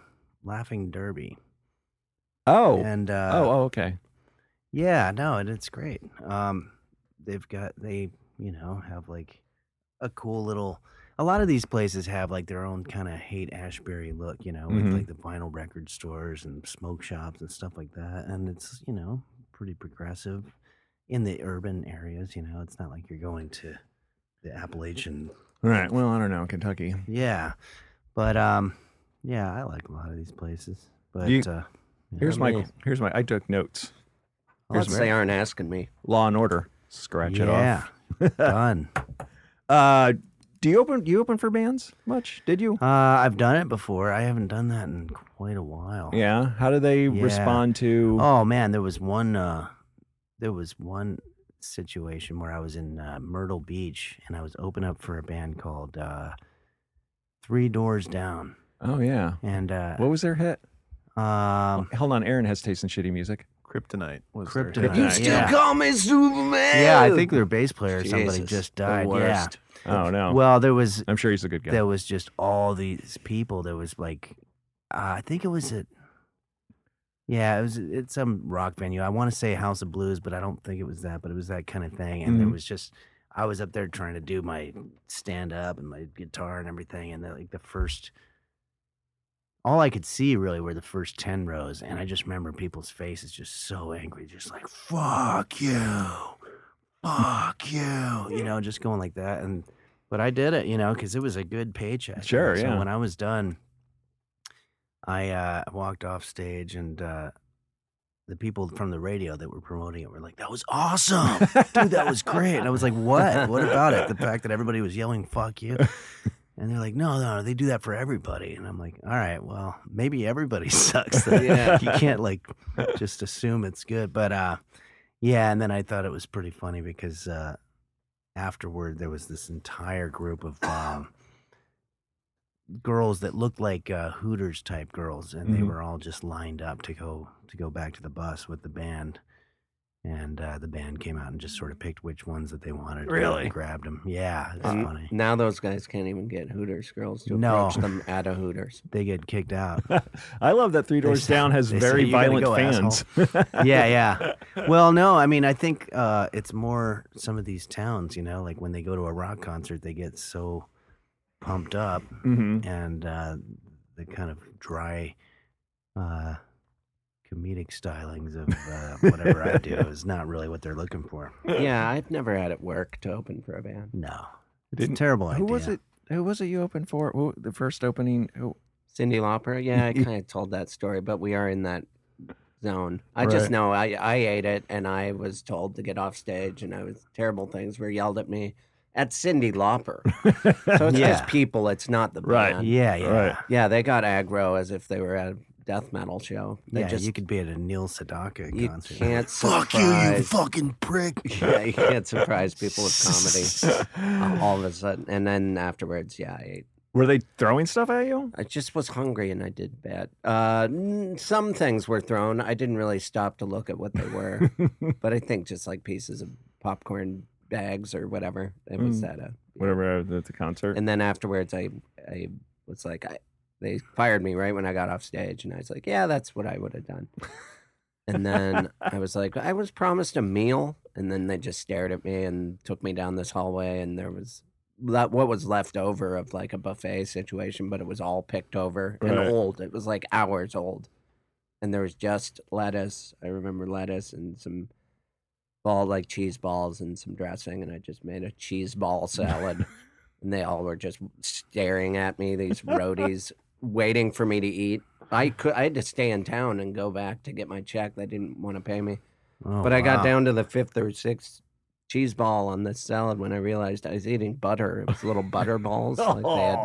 [SPEAKER 6] Laughing Derby.
[SPEAKER 4] oh.
[SPEAKER 6] And uh
[SPEAKER 4] oh. Oh. Okay.
[SPEAKER 6] Yeah, no, and it's great. Um, they've got they, you know, have like a cool little. A lot of these places have like their own kind of hate Ashbury look, you know, with
[SPEAKER 4] Mhm.
[SPEAKER 6] like the vinyl record stores and smoke shops and stuff like that. And it's you know pretty progressive in the urban areas. You know, it's not like you're going to the Appalachian.
[SPEAKER 4] All right. Well, I don't know. Kentucky.
[SPEAKER 6] Yeah, but um, yeah, I like a lot of these places. But
[SPEAKER 4] You-
[SPEAKER 6] uh,
[SPEAKER 4] Here's
[SPEAKER 5] me.
[SPEAKER 4] my. Here's my. I took notes.
[SPEAKER 5] Unless they aren't asking me.
[SPEAKER 4] Law and Order. Scratch it off.
[SPEAKER 6] yeah, done.
[SPEAKER 4] Uh, do you open? You open for bands much? Did you?
[SPEAKER 6] Uh, I've done it before. I haven't done that in quite a while.
[SPEAKER 4] Yeah. How do they
[SPEAKER 6] Oh. Yeah.
[SPEAKER 4] respond to?
[SPEAKER 6] Oh man, there was one. Uh, there was one situation where I was in uh, Myrtle Beach and I was open up for a band called uh, Three Doors Down,
[SPEAKER 4] Oh, yeah.
[SPEAKER 6] and uh,
[SPEAKER 4] What was their hit?
[SPEAKER 6] um,
[SPEAKER 4] Hold on, Aaron has taste in shitty music.
[SPEAKER 7] Kryptonite was
[SPEAKER 6] Kryptonite.
[SPEAKER 7] Their
[SPEAKER 5] You
[SPEAKER 6] Uh,
[SPEAKER 5] still
[SPEAKER 6] yeah.
[SPEAKER 5] call me Superman?
[SPEAKER 6] yeah, I think their bass player or somebody
[SPEAKER 5] Jesus,
[SPEAKER 6] just
[SPEAKER 5] the
[SPEAKER 6] died. Yeah.
[SPEAKER 5] worst.
[SPEAKER 4] Oh no.
[SPEAKER 6] Well, there was
[SPEAKER 4] I'm sure he's a good guy.
[SPEAKER 6] there was just all these people. There was like, uh, I think it was at, yeah, it was at some rock venue. I want to say House of Blues, but I don't think it was that. But it was that kind of thing, and there
[SPEAKER 4] Mhm.
[SPEAKER 6] was just I was up there trying to do my stand up and my guitar and everything, and the, like the first. All I could see really were the first 10 rows. And I just remember people's faces just so angry, just like, fuck you, fuck you, you know, just going like that. And but I did it, you know, because it was a good paycheck.
[SPEAKER 4] Sure,
[SPEAKER 6] So
[SPEAKER 4] yeah.
[SPEAKER 6] when I was done, I uh, walked off stage, and uh, the people from the radio that were promoting it were like, "That was awesome, dude! That was great!" And I was like, "What? What about it? The fact that everybody was yelling 'fuck you'?" And they're like, no, no, they do that for everybody. And I'm like, all right, well, maybe everybody sucks. then.
[SPEAKER 5] Yeah.
[SPEAKER 6] You can't like just assume it's good. But uh, yeah, and then I thought it was pretty funny because uh, afterward there was this entire group of um, girls that looked like uh, Hooters type girls, and they
[SPEAKER 4] Mhm.
[SPEAKER 6] were all just lined up to go to go back to the bus with the band. And uh, the band came out and just sort of picked which ones that they wanted. and
[SPEAKER 4] Really?
[SPEAKER 6] grabbed them. Yeah, it's
[SPEAKER 5] And
[SPEAKER 6] funny.
[SPEAKER 5] Now those guys can't even get Hooters girls to
[SPEAKER 6] No.
[SPEAKER 5] approach them at a Hooters.
[SPEAKER 6] They get kicked out.
[SPEAKER 4] I love that Three Doors
[SPEAKER 6] say-
[SPEAKER 4] Down has
[SPEAKER 6] they say,
[SPEAKER 4] very
[SPEAKER 6] "You gotta
[SPEAKER 4] violent
[SPEAKER 6] go,
[SPEAKER 4] fans.
[SPEAKER 6] yeah, yeah. Well, no, I mean, I think uh, it's more some of these towns, you know, like when they go to a rock concert, they get so pumped up
[SPEAKER 4] hmm
[SPEAKER 6] and uh, the kind of dry uh, comedic stylings of uh, whatever I do is not really what they're looking for.
[SPEAKER 5] yeah, I've never had it work to open for a band.
[SPEAKER 6] No, it's a
[SPEAKER 4] Didn't-
[SPEAKER 6] terrible
[SPEAKER 4] Who
[SPEAKER 6] idea.
[SPEAKER 4] was it? Who was it you opened for? Who, the first opening? Who,
[SPEAKER 5] Cindy Lauper, yeah, I kind of told that story, but we are in that zone. I just
[SPEAKER 4] Right.
[SPEAKER 5] know I, I ate it and I was told to get off stage and I was terrible things were yelled at me at Cindy Lauper. So it's
[SPEAKER 6] Yeah.
[SPEAKER 5] just people, it's not the
[SPEAKER 4] Right.
[SPEAKER 5] band.
[SPEAKER 6] Yeah, yeah.
[SPEAKER 4] Right.
[SPEAKER 5] Yeah, they got aggro as if they were at a death metal show. They
[SPEAKER 6] Yeah,
[SPEAKER 5] just
[SPEAKER 6] you could be at a Neil Sedaka
[SPEAKER 5] you
[SPEAKER 6] concert.
[SPEAKER 5] can't
[SPEAKER 6] Fuck you, you
[SPEAKER 5] surprise-
[SPEAKER 6] fucking prick.
[SPEAKER 5] yeah, you can't surprise people with comedy uh, all of a sudden. And then afterwards, yeah, I ate.
[SPEAKER 4] Were they throwing stuff at you?
[SPEAKER 5] I just was hungry and I did bad. Uh, n- some things were thrown. I didn't really stop to look at what they were, but I think just like pieces of popcorn bags or whatever. It was
[SPEAKER 4] Mm.
[SPEAKER 5] that. Uh,
[SPEAKER 4] Whatever at the- the concert.
[SPEAKER 5] And then afterwards, I I was like, I, they fired me right when I got off stage, and I was like, yeah, that's what I would have done. and then I was like, I was promised a meal, and then they just stared at me and took me down this hallway, and there was le- what was left over of like a buffet situation, but it was all picked over
[SPEAKER 4] Right.
[SPEAKER 5] and old. It was like hours old, and there was just lettuce. I remember lettuce and some. Ball like cheese balls and some dressing, and I just made a cheese ball salad and they all were just staring at me. These roadies waiting for me to eat. I could. I had to stay in town and go back to get my check. They didn't want to pay me,
[SPEAKER 6] Oh,
[SPEAKER 5] but I got
[SPEAKER 6] wow.
[SPEAKER 5] down to the fifth or sixth cheese ball on this salad when I realized I was eating butter. It was little butter balls. Like they had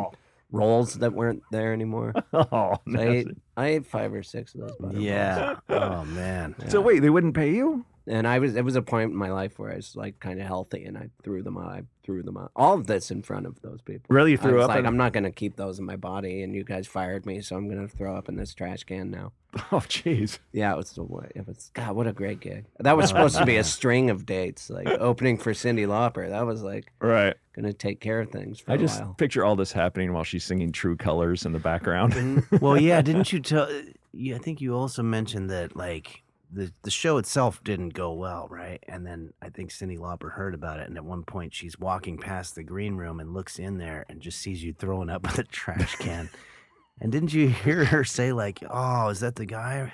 [SPEAKER 5] rolls that weren't there anymore.
[SPEAKER 4] Oh,
[SPEAKER 5] So I ate,
[SPEAKER 4] nasty.
[SPEAKER 5] I ate five or six of those butter balls.
[SPEAKER 6] Yeah. Oh man.
[SPEAKER 4] So wait, they wouldn't pay you?
[SPEAKER 5] And I was it was a point in my life where I was like kind of healthy, and I threw them out. I threw them out. All of this in front of those people.
[SPEAKER 4] Really? You
[SPEAKER 5] I
[SPEAKER 4] threw
[SPEAKER 5] was
[SPEAKER 4] up?
[SPEAKER 5] like,
[SPEAKER 4] and-
[SPEAKER 5] I'm not going to keep those in my body, and you guys fired me, so I'm going to throw up in this trash can now.
[SPEAKER 4] oh, jeez.
[SPEAKER 5] Yeah, it was the way. It was God. What a great gig. That
[SPEAKER 4] Oh,
[SPEAKER 5] was supposed to be
[SPEAKER 6] yeah.
[SPEAKER 5] a string of dates, like opening for Cindy Lauper. That was like
[SPEAKER 4] Right.
[SPEAKER 5] going to take care of things for
[SPEAKER 4] I
[SPEAKER 5] a
[SPEAKER 4] just
[SPEAKER 5] while.
[SPEAKER 4] picture all this happening while she's singing True Colors in the background.
[SPEAKER 6] well, yeah, didn't you tell? uh, Yeah, I think you also mentioned that like the the show itself didn't go well, right? And then I think Cindy Lauper heard about it, and at one point she's walking past the green room and looks in there and just sees you throwing up with a trash can. and didn't you hear her say like, "Oh, is that the guy?"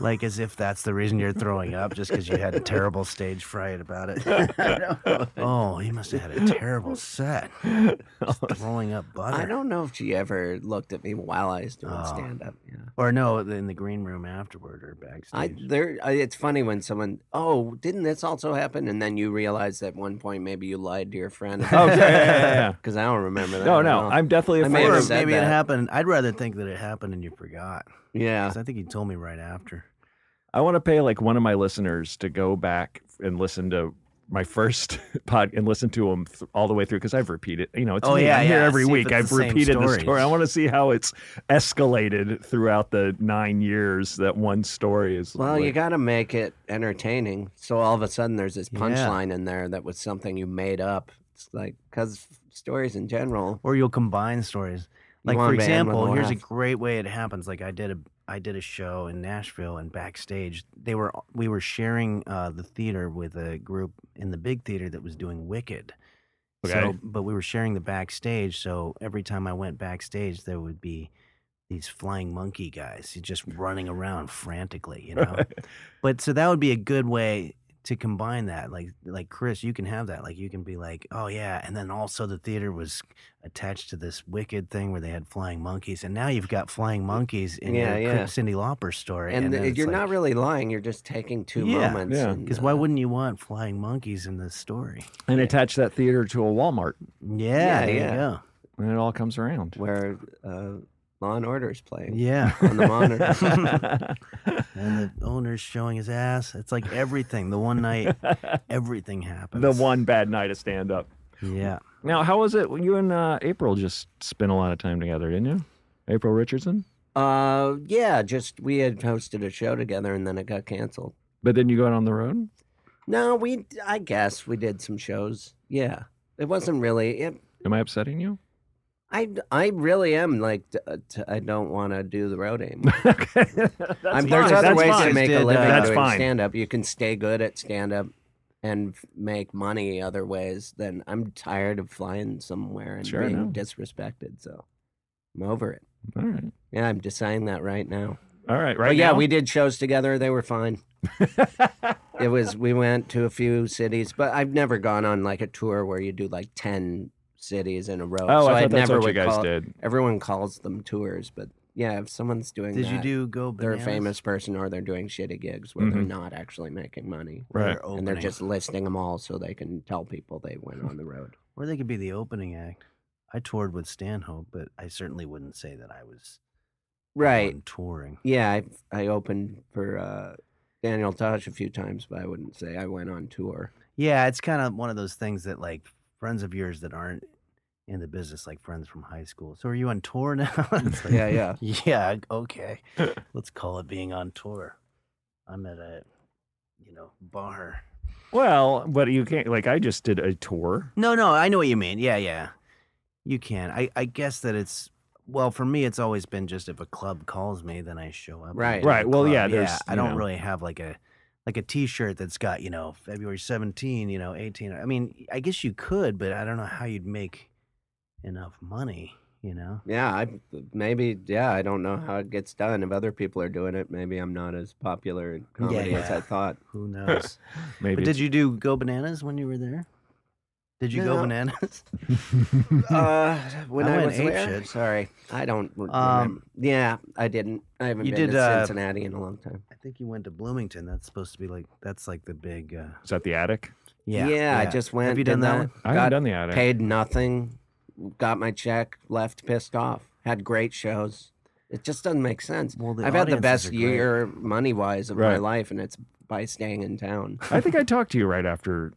[SPEAKER 6] Like as if that's the reason you're throwing up, just because you had terrible stage fright about it. oh, he must have had a terrible set. Just throwing up butter.
[SPEAKER 5] I don't know if she ever looked at me while I was doing
[SPEAKER 6] Oh.
[SPEAKER 5] stand up. Yeah.
[SPEAKER 6] Or no, in the green room afterward or
[SPEAKER 5] I
[SPEAKER 6] backstage.
[SPEAKER 5] there. I, it's funny when someone. Oh, didn't this also happen? And then you realize at one point maybe you lied to your friend.
[SPEAKER 4] oh, yeah, yeah, yeah,
[SPEAKER 5] Because I don't remember
[SPEAKER 4] yeah.
[SPEAKER 5] that.
[SPEAKER 4] No,
[SPEAKER 5] at
[SPEAKER 4] no.
[SPEAKER 5] all.
[SPEAKER 4] I'm definitely a
[SPEAKER 5] I may
[SPEAKER 4] fan
[SPEAKER 5] have
[SPEAKER 6] or
[SPEAKER 4] of-
[SPEAKER 5] said
[SPEAKER 6] maybe it
[SPEAKER 5] that. Uh.
[SPEAKER 6] happened. I'd rather think that it happened and you forgot.
[SPEAKER 5] yeah.
[SPEAKER 6] 'Cause I think he told me right after.
[SPEAKER 4] I want to pay like one of my listeners to go back and listen to my first pod and listen to them th- all the way through because I've repeated. You know, it's
[SPEAKER 6] Oh,
[SPEAKER 4] me.
[SPEAKER 6] yeah,
[SPEAKER 4] I'm here
[SPEAKER 6] yeah.
[SPEAKER 4] every
[SPEAKER 6] See if
[SPEAKER 4] week.
[SPEAKER 6] it's the
[SPEAKER 4] I've
[SPEAKER 6] same
[SPEAKER 4] repeated the story.
[SPEAKER 6] stories.
[SPEAKER 4] I want to see how it's escalated throughout the nine years that one story is.
[SPEAKER 5] Well, you
[SPEAKER 4] like-
[SPEAKER 5] got to make it entertaining. So all of a sudden, there's this
[SPEAKER 6] Yeah.
[SPEAKER 5] punchline in there that was something you made up. It's like because stories in general,
[SPEAKER 6] Or you'll combine stories.
[SPEAKER 5] You
[SPEAKER 6] Like for
[SPEAKER 5] wanna end with
[SPEAKER 6] example,
[SPEAKER 5] a
[SPEAKER 6] here's a
[SPEAKER 5] laugh.
[SPEAKER 6] great way it happens. Like I did a I did a show in Nashville and backstage they were we were sharing uh, the theater with a group in the big theater that was doing Wicked. So,
[SPEAKER 4] Okay.
[SPEAKER 6] but we were sharing the backstage, so every time I went backstage, there would be these flying monkey guys just running around frantically, you know. but so that would be a good way to combine that, like like Chris, you can have that, like you can be like, oh yeah, and then also the theater was attached to this wicked thing where they had flying monkeys, and now you've got flying monkeys in
[SPEAKER 5] Yeah,
[SPEAKER 6] your
[SPEAKER 5] yeah.
[SPEAKER 6] Cindy Lauper story,
[SPEAKER 5] and,
[SPEAKER 6] then
[SPEAKER 5] th-
[SPEAKER 6] it's
[SPEAKER 5] you're
[SPEAKER 6] like,
[SPEAKER 5] not really lying. You're just taking two
[SPEAKER 6] Yeah.
[SPEAKER 5] moments.
[SPEAKER 4] Yeah.
[SPEAKER 5] and,
[SPEAKER 6] because
[SPEAKER 5] uh,
[SPEAKER 6] why wouldn't you want flying monkeys in this story?
[SPEAKER 4] and attach that theater to a Walmart.
[SPEAKER 5] Yeah,
[SPEAKER 6] Yeah, there
[SPEAKER 5] yeah.
[SPEAKER 6] you go.
[SPEAKER 4] and it all comes around.
[SPEAKER 5] where uh, Law and Order is playing
[SPEAKER 6] Yeah.
[SPEAKER 5] on the monitor.
[SPEAKER 6] and the owner's showing his ass. It's like everything. The one night, everything happens.
[SPEAKER 4] the one bad night of stand up.
[SPEAKER 6] Yeah.
[SPEAKER 4] Now, how was it? when You and uh, April just spent a lot of time together, didn't you? April Richardson.
[SPEAKER 5] uh, yeah, just we had hosted a show together and then it got canceled.
[SPEAKER 4] But then you go out on the road.
[SPEAKER 5] No, we I guess we did some shows. Yeah, it wasn't really. It,
[SPEAKER 4] Am I upsetting you?
[SPEAKER 5] I I really am like t- uh, t- I don't want to do the road anymore.
[SPEAKER 4] okay.
[SPEAKER 5] I'm, there's other ways to make a
[SPEAKER 7] Did,
[SPEAKER 5] living
[SPEAKER 7] uh,
[SPEAKER 4] That's
[SPEAKER 5] doing
[SPEAKER 4] fine.
[SPEAKER 5] stand up. You can stay good at stand up and f- make money other ways. Then I'm tired of flying somewhere and
[SPEAKER 4] Sure, I
[SPEAKER 5] being
[SPEAKER 4] know.
[SPEAKER 5] disrespected. So I'm over it.
[SPEAKER 4] All right.
[SPEAKER 5] Yeah, I'm deciding that right now.
[SPEAKER 4] All right.
[SPEAKER 5] But
[SPEAKER 4] Right.
[SPEAKER 5] yeah,
[SPEAKER 4] now?
[SPEAKER 5] we did shows together. They were fine. it was we went to a few cities, but I've never gone on like a tour where you do like ten cities in a row.
[SPEAKER 4] Oh,
[SPEAKER 5] so
[SPEAKER 4] I thought
[SPEAKER 5] I'd
[SPEAKER 4] that's
[SPEAKER 5] never
[SPEAKER 4] what you
[SPEAKER 5] would
[SPEAKER 4] guys
[SPEAKER 5] call-
[SPEAKER 4] did.
[SPEAKER 5] Everyone calls them tours, but yeah, if someone's doing
[SPEAKER 6] Did you
[SPEAKER 5] that-
[SPEAKER 6] do go?
[SPEAKER 5] they're a
[SPEAKER 6] Bananas?
[SPEAKER 5] famous person or they're doing shitty gigs where they're
[SPEAKER 4] Mhm.
[SPEAKER 5] not actually making money
[SPEAKER 6] Or
[SPEAKER 4] Right.
[SPEAKER 5] and they're
[SPEAKER 6] opening?
[SPEAKER 5] just listing them all so they can tell people they went on the road
[SPEAKER 6] Or they could be the opening act. I toured with Stanhope, but I certainly wouldn't say that I was the
[SPEAKER 5] right
[SPEAKER 6] one touring.
[SPEAKER 5] Um, yeah i i opened for uh daniel tosh a few times but i wouldn't say i went on tour
[SPEAKER 6] Yeah, it's kind of one of those things that like friends of yours that aren't in the business, like friends from high school. So are you on tour now? It's like,
[SPEAKER 5] yeah Mm, yeah
[SPEAKER 6] Yeah, okay. Let's call it being on tour. I'm at a, you know, bar.
[SPEAKER 4] Well, but you can't. Like, I just did a tour.
[SPEAKER 6] No, no, I know what you mean. Yeah, yeah. You can. I, I guess that it's well for me. It's always been just if a club calls me, then I show up. and
[SPEAKER 5] Right.
[SPEAKER 6] do the
[SPEAKER 4] Right, well,
[SPEAKER 6] club.
[SPEAKER 4] yeah, there's,
[SPEAKER 6] I
[SPEAKER 4] you
[SPEAKER 6] don't
[SPEAKER 4] know.
[SPEAKER 6] really have like a like a T-shirt that's got you know February 17, you know 18. I mean, I guess you could, but I don't know how you'd make enough money. You know.
[SPEAKER 5] yeah i maybe yeah i don't know how it gets done if other people are doing it maybe i'm not as popular in comedy as
[SPEAKER 6] yeah.
[SPEAKER 5] i thought
[SPEAKER 6] Who knows?
[SPEAKER 4] Maybe.
[SPEAKER 6] but did you do go bananas when you were there? Did you
[SPEAKER 5] No.
[SPEAKER 6] go bananas?
[SPEAKER 5] uh when
[SPEAKER 6] I
[SPEAKER 5] i,
[SPEAKER 6] went
[SPEAKER 5] was there
[SPEAKER 6] apeshit.
[SPEAKER 5] sorry i don't re-
[SPEAKER 6] Um,
[SPEAKER 5] remember. yeah i didn't i haven't
[SPEAKER 6] you
[SPEAKER 5] been
[SPEAKER 6] did,
[SPEAKER 5] to
[SPEAKER 6] uh,
[SPEAKER 5] cincinnati in a long time
[SPEAKER 6] I think you went to Bloomington. That's supposed to be like that's like the big. Uh,
[SPEAKER 4] Is that the attic?
[SPEAKER 5] Yeah, I just went.
[SPEAKER 6] Have you
[SPEAKER 5] did
[SPEAKER 6] done that one?
[SPEAKER 4] I
[SPEAKER 5] got
[SPEAKER 4] haven't done the attic.
[SPEAKER 5] paid nothing, got my check, left pissed off. Had great shows. It just doesn't make sense.
[SPEAKER 6] Well, the
[SPEAKER 5] I've had the
[SPEAKER 6] audiences are
[SPEAKER 5] best
[SPEAKER 6] great.
[SPEAKER 5] year money wise of my
[SPEAKER 4] Right.
[SPEAKER 5] life, and it's by staying in town.
[SPEAKER 4] I think I talked to you right after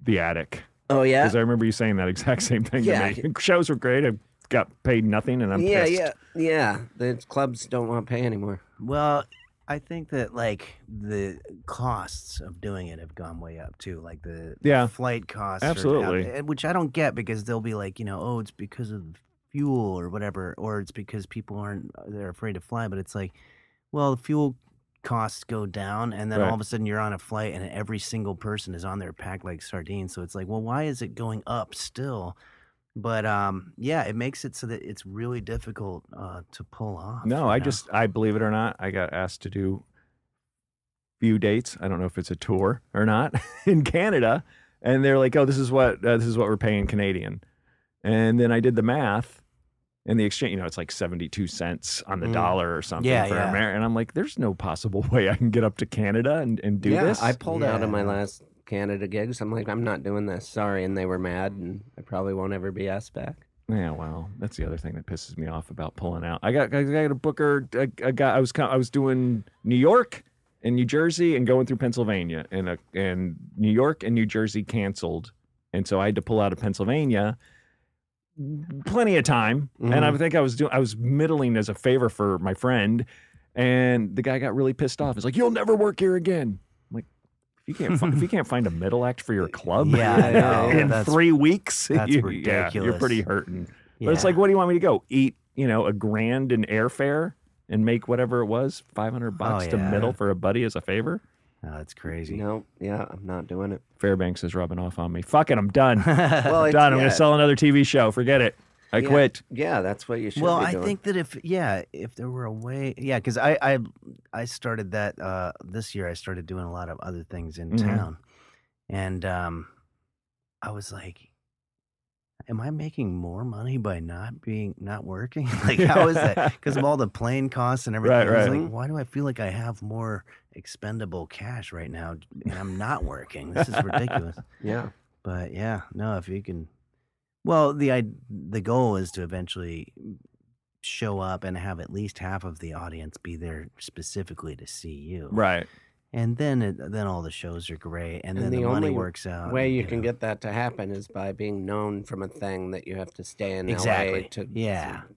[SPEAKER 4] the attic
[SPEAKER 5] Oh yeah,
[SPEAKER 4] because I remember you saying that exact same thing
[SPEAKER 5] Yeah.
[SPEAKER 4] to me. Shows were great. I got paid nothing, and I'm
[SPEAKER 5] yeah,
[SPEAKER 4] pissed.
[SPEAKER 5] yeah, yeah. The clubs don't want to pay anymore.
[SPEAKER 6] Well, I think that like the costs of doing it have gone way up too. Like the the
[SPEAKER 4] Yeah.
[SPEAKER 6] flight costs, are down-
[SPEAKER 4] Absolutely.
[SPEAKER 6] eh, which I don't get because they'll be like, you know, oh, it's because of fuel or whatever, or it's because people aren't uh, they're afraid to fly. But it's like, well, the fuel costs go down, and then
[SPEAKER 4] Right.
[SPEAKER 6] all of a sudden you're on a flight, and every single person is on there packed like sardines. So it's like, well, why is it going up still? But um, yeah, it makes it so that it's really difficult uh, to pull off.
[SPEAKER 4] No,
[SPEAKER 6] you
[SPEAKER 4] I
[SPEAKER 6] know?
[SPEAKER 4] just I believe it or not, I got asked to do few dates. I don't know if it's a tour or not in Canada, and they're like, "Oh, this is what uh, this is what we're paying Canadian," and then I did the math. And the exchange, you know, it's like 72 cents on the
[SPEAKER 6] Mm.
[SPEAKER 4] dollar or something
[SPEAKER 6] Yeah,
[SPEAKER 4] for
[SPEAKER 6] yeah.
[SPEAKER 4] America. And I'm like, there's no possible way I can get up to Canada and, and do
[SPEAKER 5] yeah,
[SPEAKER 4] this.
[SPEAKER 5] I pulled out of my
[SPEAKER 6] Yeah.
[SPEAKER 5] last Canada gigs. I'm like, I'm not doing this. Sorry, and they were mad, and I probably won't ever be asked back.
[SPEAKER 4] Yeah, well, that's the other thing that pisses me off about pulling out. I got I got a booker. I, I got I was co- I was doing New York and New Jersey and going through Pennsylvania and a, and New York and New Jersey canceled, and so I had to pull out of Pennsylvania. Plenty of time, and
[SPEAKER 6] Mm-hmm.
[SPEAKER 4] I think I was doing I was middling as a favor for my friend, and the guy got really pissed off. He's like, "You'll never work here again." I'm like, if you can't fi- if you can't find a middle act for your club,
[SPEAKER 6] Yeah, I know.
[SPEAKER 4] in
[SPEAKER 6] That's-
[SPEAKER 4] three weeks,
[SPEAKER 6] that's
[SPEAKER 4] Yeah, you're
[SPEAKER 6] ridiculous.
[SPEAKER 4] pretty hurting. But it's like, what do you want me to go eat? You know, a grand in airfare and make whatever it was, five hundred bucks to
[SPEAKER 6] yeah.
[SPEAKER 4] middle for a buddy as a favor.
[SPEAKER 6] Oh, that's crazy.
[SPEAKER 5] No, yeah, I'm not doing it.
[SPEAKER 4] Fairbanks is rubbing off on me. Fuck it, I'm done. I'm
[SPEAKER 5] Well, it's-
[SPEAKER 4] done. I'm
[SPEAKER 5] yeah,
[SPEAKER 4] gonna sell another TV show. Forget it. I
[SPEAKER 5] yeah,
[SPEAKER 4] quit.
[SPEAKER 5] Yeah, that's what you should.
[SPEAKER 6] well
[SPEAKER 5] be
[SPEAKER 6] i
[SPEAKER 5] doing.
[SPEAKER 6] think that if yeah if there were a way yeah because I, I i started that uh this year i started doing a lot of other things in
[SPEAKER 4] Mhm.
[SPEAKER 5] Mm-hmm.
[SPEAKER 6] town and um i was like am i making more money by not being not working like how is that because of all the plane costs and everything
[SPEAKER 4] Right,
[SPEAKER 6] I was
[SPEAKER 4] right.
[SPEAKER 6] like
[SPEAKER 5] Mm-hmm.
[SPEAKER 6] why do i feel like i have more expendable cash right now and i'm not working this is ridiculous
[SPEAKER 5] Yeah.
[SPEAKER 6] but yeah no if you can Well, the I, the goal is to eventually show up and have at least half of the audience be there specifically to see you.
[SPEAKER 4] Right.
[SPEAKER 6] And then it, then all the shows are great, and,
[SPEAKER 5] And
[SPEAKER 6] then
[SPEAKER 5] the
[SPEAKER 6] the, money
[SPEAKER 5] only
[SPEAKER 6] works out.
[SPEAKER 5] way
[SPEAKER 6] and,
[SPEAKER 5] you can
[SPEAKER 6] Uh, know.
[SPEAKER 5] get that to happen is by being known from a thing that you have to stay in
[SPEAKER 6] Exactly.
[SPEAKER 5] LA to
[SPEAKER 6] Yeah.
[SPEAKER 5] to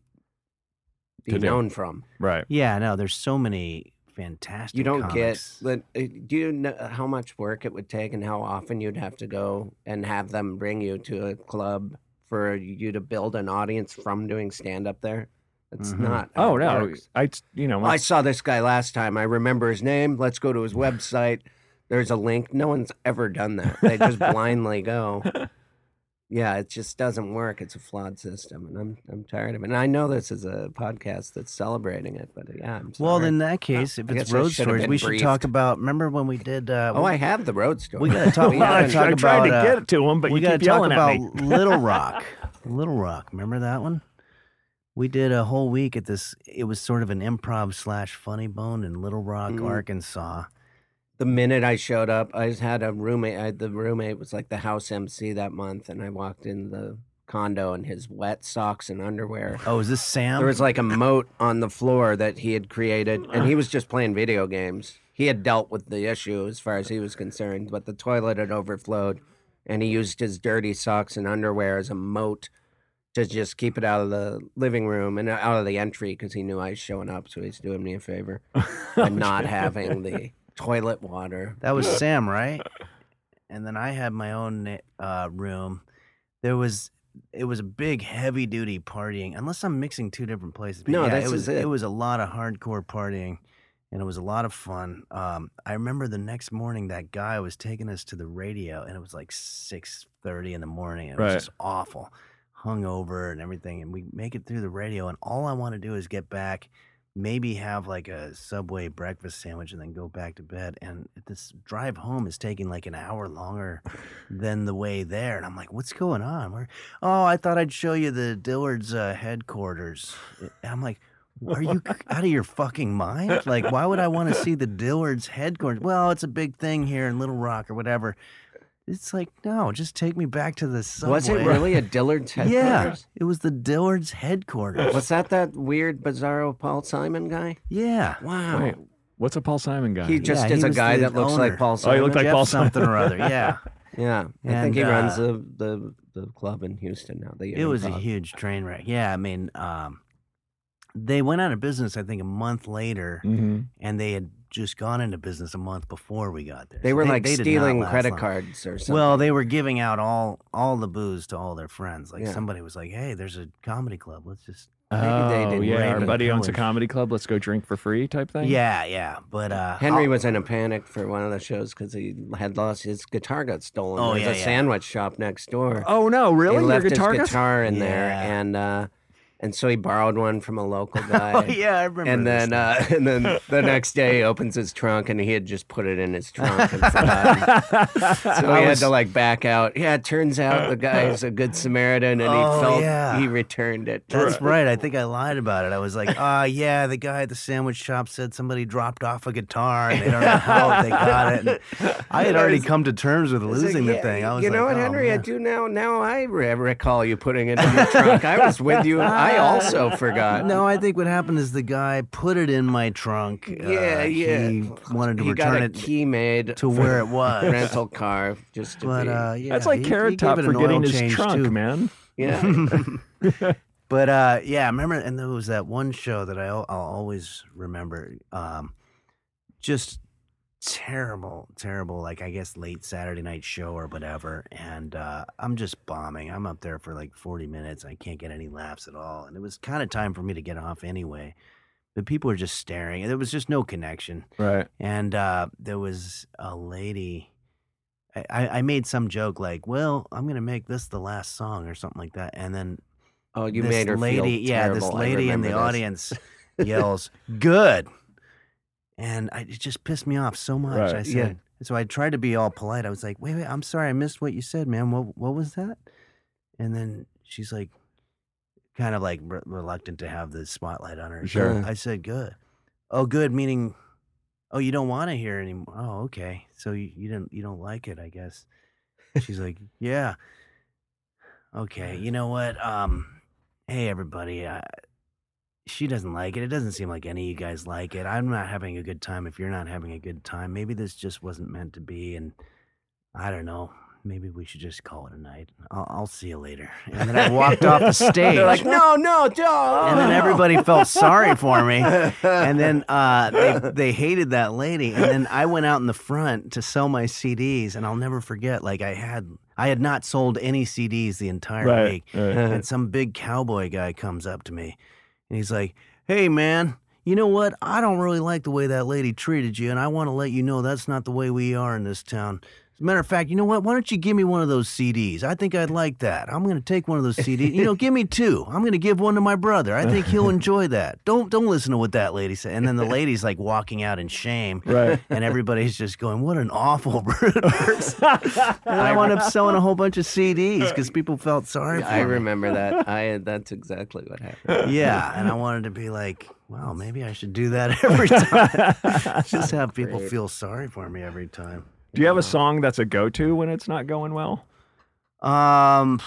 [SPEAKER 5] be
[SPEAKER 4] To do.
[SPEAKER 5] known from.
[SPEAKER 4] Right.
[SPEAKER 6] Yeah, no, there's so many fantastic.
[SPEAKER 5] You don't
[SPEAKER 6] comics.
[SPEAKER 5] get. like, uh, Do you know how much work it would take and how often you'd have to go and have them bring you to a club for you to build an audience from doing stand up there? It's
[SPEAKER 6] Mhm.
[SPEAKER 5] not. how
[SPEAKER 4] Oh
[SPEAKER 5] it
[SPEAKER 4] no,
[SPEAKER 5] works.
[SPEAKER 4] I you know
[SPEAKER 5] I
[SPEAKER 4] my,
[SPEAKER 5] saw this guy last time. I remember his name. Let's go to his website. There's a link. No one's ever done that. They just blindly go. Yeah, it just doesn't work. It's a flawed system, and I'm I'm tired of it. And I know this is a podcast that's celebrating it, but yeah, I'm sorry.
[SPEAKER 6] Well, in that case, if
[SPEAKER 5] I
[SPEAKER 6] it's
[SPEAKER 5] guess I
[SPEAKER 6] road
[SPEAKER 5] should have
[SPEAKER 6] stories,
[SPEAKER 5] been
[SPEAKER 6] we should talk
[SPEAKER 5] briefed.
[SPEAKER 6] about. Remember when we did? Uh,
[SPEAKER 5] oh, I have the road story.
[SPEAKER 6] We gotta talk-
[SPEAKER 5] We
[SPEAKER 6] Well,
[SPEAKER 4] I,
[SPEAKER 5] haven't-
[SPEAKER 6] gotta talk
[SPEAKER 4] I tried
[SPEAKER 6] about,
[SPEAKER 4] to
[SPEAKER 6] uh,
[SPEAKER 4] get it to him, but
[SPEAKER 6] we
[SPEAKER 4] you
[SPEAKER 6] gotta
[SPEAKER 4] keep yelling
[SPEAKER 6] talk
[SPEAKER 4] at me.
[SPEAKER 6] about Little Rock. Little Rock, remember that one? We did a whole week at this. It was sort of an improv slash funny bone in Little Rock,
[SPEAKER 5] Mm.
[SPEAKER 6] Arkansas.
[SPEAKER 5] the minute I showed up, I just had a roommate. I, the roommate was like the house MC that month, and I walked in the condo in his wet socks and underwear.
[SPEAKER 6] Oh, is this Sam?
[SPEAKER 5] There was like a moat on the floor that he had created, and he was just playing video games. He had dealt with the issue as far as he was concerned, but the toilet had overflowed, and he used his dirty socks and underwear as a moat to just keep it out of the living room and out of the entry because he knew I was showing up, so he's doing me a favor by not having the toilet water.
[SPEAKER 6] That was Sam, right? And then I had my own uh, room. There was it was a big heavy duty partying. Unless I'm mixing two different places. but
[SPEAKER 5] No,
[SPEAKER 6] yeah,
[SPEAKER 5] this
[SPEAKER 6] it was
[SPEAKER 5] is it.
[SPEAKER 6] was a lot of hardcore partying, and it was a lot of fun. Um, I remember the next morning that guy was taking us to the radio, and it was like six thirty in the morning. It was
[SPEAKER 4] Right.
[SPEAKER 6] just awful, hungover and everything. And we make it through the radio, and all I want to do is get back maybe have like a subway breakfast sandwich and then go back to bed and this drive home is taking like an hour longer than the way there and i'm like what's going on Where, oh i thought i'd show you the dillard's uh, headquarters And i'm like are you c- out of your fucking mind like why would i want to see the dillard's headquarters well it's a big thing here in little rock or whatever it's like no just take me back to the subway
[SPEAKER 5] Was it really a Dillard's
[SPEAKER 6] yeah
[SPEAKER 5] headquarters?
[SPEAKER 6] it was the dillard's headquarters
[SPEAKER 5] Was that that weird Bizarro Paul Simon guy?
[SPEAKER 6] yeah
[SPEAKER 5] Wow.
[SPEAKER 4] Wait, what's a Paul Simon guy?
[SPEAKER 5] He just
[SPEAKER 6] he
[SPEAKER 5] is a
[SPEAKER 6] was
[SPEAKER 5] guy
[SPEAKER 6] the
[SPEAKER 5] that looks
[SPEAKER 6] owner.
[SPEAKER 5] like Paul
[SPEAKER 4] Oh,
[SPEAKER 5] Simon.
[SPEAKER 4] he looked like
[SPEAKER 6] Jeff
[SPEAKER 4] Paul Simon.
[SPEAKER 6] something or other. Yeah,
[SPEAKER 5] Yeah, I think he
[SPEAKER 6] And,
[SPEAKER 5] runs
[SPEAKER 6] uh,
[SPEAKER 5] the, the the club in Houston now. The
[SPEAKER 6] it was a
[SPEAKER 5] Union Club.
[SPEAKER 6] huge train wreck. Yeah, I mean, um, they went out of business. I think a month later,
[SPEAKER 4] hmm
[SPEAKER 6] and they had just gone into business a month before we got there.
[SPEAKER 5] They
[SPEAKER 6] So
[SPEAKER 5] were like
[SPEAKER 6] they did not
[SPEAKER 5] stealing
[SPEAKER 6] last
[SPEAKER 5] credit
[SPEAKER 6] long.
[SPEAKER 5] cards or something.
[SPEAKER 6] Well, they were giving out all all the booze to all their friends. Like
[SPEAKER 5] Yeah.
[SPEAKER 6] somebody was like, "Hey, there's a comedy club. Let's just."
[SPEAKER 4] Oh,
[SPEAKER 5] they did
[SPEAKER 4] yeah,
[SPEAKER 5] rape
[SPEAKER 4] our
[SPEAKER 5] and
[SPEAKER 4] buddy owns a
[SPEAKER 6] pillage.
[SPEAKER 4] comedy club. Let's go drink for free, type thing.
[SPEAKER 6] Yeah, yeah, but uh,
[SPEAKER 5] Henry
[SPEAKER 6] I'll-
[SPEAKER 5] was in a panic for one of the shows because he had lost his guitar, got stolen. there
[SPEAKER 6] Oh,
[SPEAKER 5] was
[SPEAKER 6] yeah,
[SPEAKER 5] a
[SPEAKER 6] yeah.
[SPEAKER 5] sandwich shop next door.
[SPEAKER 4] Oh no,
[SPEAKER 5] he
[SPEAKER 4] really? Your
[SPEAKER 5] left
[SPEAKER 4] guitar
[SPEAKER 5] his
[SPEAKER 4] got-
[SPEAKER 5] guitar in there,
[SPEAKER 6] Yeah.
[SPEAKER 5] and uh, and so he borrowed one from a local guy.
[SPEAKER 6] Oh yeah, I remember.
[SPEAKER 5] And
[SPEAKER 6] this
[SPEAKER 5] then,
[SPEAKER 6] now.
[SPEAKER 5] uh, and then the next day, he opens his trunk, and he had just put it in his trunk. And forgotten. so he had to like back out. Yeah, it turns out the guy's a good Samaritan, and
[SPEAKER 6] Oh,
[SPEAKER 5] he felt
[SPEAKER 6] yeah.
[SPEAKER 5] he returned it.
[SPEAKER 6] That's right. I think I lied about it. I was like, ah, yeah, the guy at the sandwich shop said somebody dropped off a guitar and they don't know how they got it. And I had already come to terms with
[SPEAKER 5] It's like,
[SPEAKER 6] losing the
[SPEAKER 5] yeah,
[SPEAKER 6] thing. I was
[SPEAKER 5] you know
[SPEAKER 6] like,
[SPEAKER 5] what,
[SPEAKER 6] "Oh,
[SPEAKER 5] Henry? I
[SPEAKER 6] man."
[SPEAKER 5] do now. Now I re- recall you putting it in your trunk. I was with you. I also forgot.
[SPEAKER 6] No, I think what happened is the guy put it in my trunk. Uh,
[SPEAKER 5] Yeah, yeah.
[SPEAKER 6] He wanted to
[SPEAKER 5] he got
[SPEAKER 6] return
[SPEAKER 5] a
[SPEAKER 6] it
[SPEAKER 5] key made
[SPEAKER 6] to
[SPEAKER 5] for
[SPEAKER 6] where it
[SPEAKER 5] a
[SPEAKER 6] was.
[SPEAKER 5] rental car just to
[SPEAKER 6] But
[SPEAKER 5] be.
[SPEAKER 6] uh, yeah,
[SPEAKER 4] That's like
[SPEAKER 6] he- he
[SPEAKER 4] Carrot
[SPEAKER 6] gave
[SPEAKER 4] Top
[SPEAKER 6] it
[SPEAKER 4] for
[SPEAKER 6] an
[SPEAKER 4] getting
[SPEAKER 6] oil
[SPEAKER 4] his
[SPEAKER 6] change,
[SPEAKER 4] trunk,
[SPEAKER 6] too.
[SPEAKER 4] man.
[SPEAKER 5] yeah.
[SPEAKER 6] But uh, yeah, I remember, and there was that one show that I, I'll always remember. Um, just terrible, terrible. Like I guess late Saturday night show or whatever, and uh, I'm just bombing. I'm up there for like 40 minutes. I can't get any laughs at all, and it was kind of time for me to get off anyway. But people were just staring, and there was just no connection.
[SPEAKER 4] Right.
[SPEAKER 6] And uh, there was a lady. I- I, I made some joke like, "Well, I'm gonna make this the last song" or something like that, and then
[SPEAKER 5] Oh, you
[SPEAKER 6] this
[SPEAKER 5] made her
[SPEAKER 6] lady,
[SPEAKER 5] feel
[SPEAKER 6] yeah, this
[SPEAKER 5] terrible. I
[SPEAKER 6] lady in
[SPEAKER 5] remember
[SPEAKER 6] the
[SPEAKER 5] this.
[SPEAKER 6] audience yells, "Good," and I, it just pissed me off so much.
[SPEAKER 4] Right.
[SPEAKER 6] I said,
[SPEAKER 5] Yeah.
[SPEAKER 6] so I tried to be all polite. I was like, "Wait, wait, I'm sorry, I missed what you said, ma'am. What, what was that?" And then she's like, kind of like re- reluctant to have the spotlight on her.
[SPEAKER 4] Sure.
[SPEAKER 6] I said, "Good." Oh, good meaning. Oh, you don't want to hear anymore. Oh, okay. So you, you didn't you don't like it, I guess. She's like, yeah. Okay, you know what? Um, hey everybody, uh, she doesn't like it. It doesn't seem like any of you guys like it. I'm not having a good time. If you're not having a good time, maybe this just wasn't meant to be. And I don't know. Maybe we should just call it a night. I'll, I'll see you later. And then I walked off the stage.
[SPEAKER 5] They're like, no, no, don't.
[SPEAKER 6] and then everybody felt sorry for me. And then uh, they, they hated that lady. And then I went out in the front to sell my CDs, and I'll never forget. Like I had, I had not sold any CDs the entire
[SPEAKER 4] Right.
[SPEAKER 6] week,
[SPEAKER 4] right.
[SPEAKER 6] and some big cowboy guy comes up to me, and he's like, "Hey, man." You know what? I don't really like the way that lady treated you, and I want to let you know that's not the way we are in this town. As a matter of fact, you know what? Why don't you give me one of those CDs? I think I'd like that. I'm going to take one of those CDs. You know, give me two. I'm going to give one to my brother. I think he'll enjoy that. Don't don't listen to what that lady said. And then the lady's like walking out in shame,
[SPEAKER 4] Right.
[SPEAKER 6] and everybody's just going, "What an awful person!" and I wound up selling a whole bunch of CDs because people felt sorry for
[SPEAKER 5] I
[SPEAKER 6] me.
[SPEAKER 5] remember that. I that's exactly what happened.
[SPEAKER 6] Yeah, and I wanted to be like, "Wow, maybe I should do that every time. just have people feel sorry for me every time."
[SPEAKER 4] Do you have a song that's a go-to when it's not going well?
[SPEAKER 6] Um,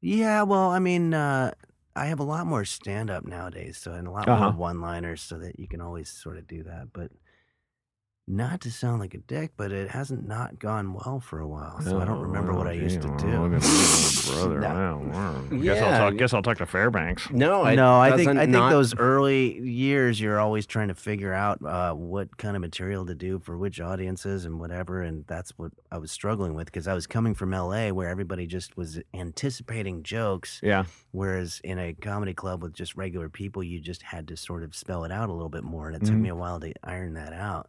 [SPEAKER 6] yeah, well, I mean, uh, I have a lot more stand up nowadays, so and a lot
[SPEAKER 4] Uh-huh.
[SPEAKER 6] more one liners, so that you can always sort of do that. But not to sound like a dick, but it hasn't not gone well for a while, so I don't
[SPEAKER 4] Oh,
[SPEAKER 6] remember what I used to do.
[SPEAKER 4] Brother,
[SPEAKER 6] No.
[SPEAKER 4] wow, wow. Guess
[SPEAKER 5] Yeah.
[SPEAKER 4] I'll talk. Guess I'll talk to Fairbanks.
[SPEAKER 5] No, it
[SPEAKER 6] no, I think
[SPEAKER 5] doesn't
[SPEAKER 6] I think
[SPEAKER 5] not-
[SPEAKER 6] those early years you're always trying to figure out uh, what kind of material to do for which audiences and whatever, and that's what I was struggling with because I was coming from L.A. where everybody just was anticipating jokes,
[SPEAKER 4] Yeah,
[SPEAKER 6] Whereas in a comedy club with just regular people, you just had to sort of spell it out a little bit more. And it took
[SPEAKER 5] Mm-hmm.
[SPEAKER 4] Mhm.
[SPEAKER 6] me a while to iron that out.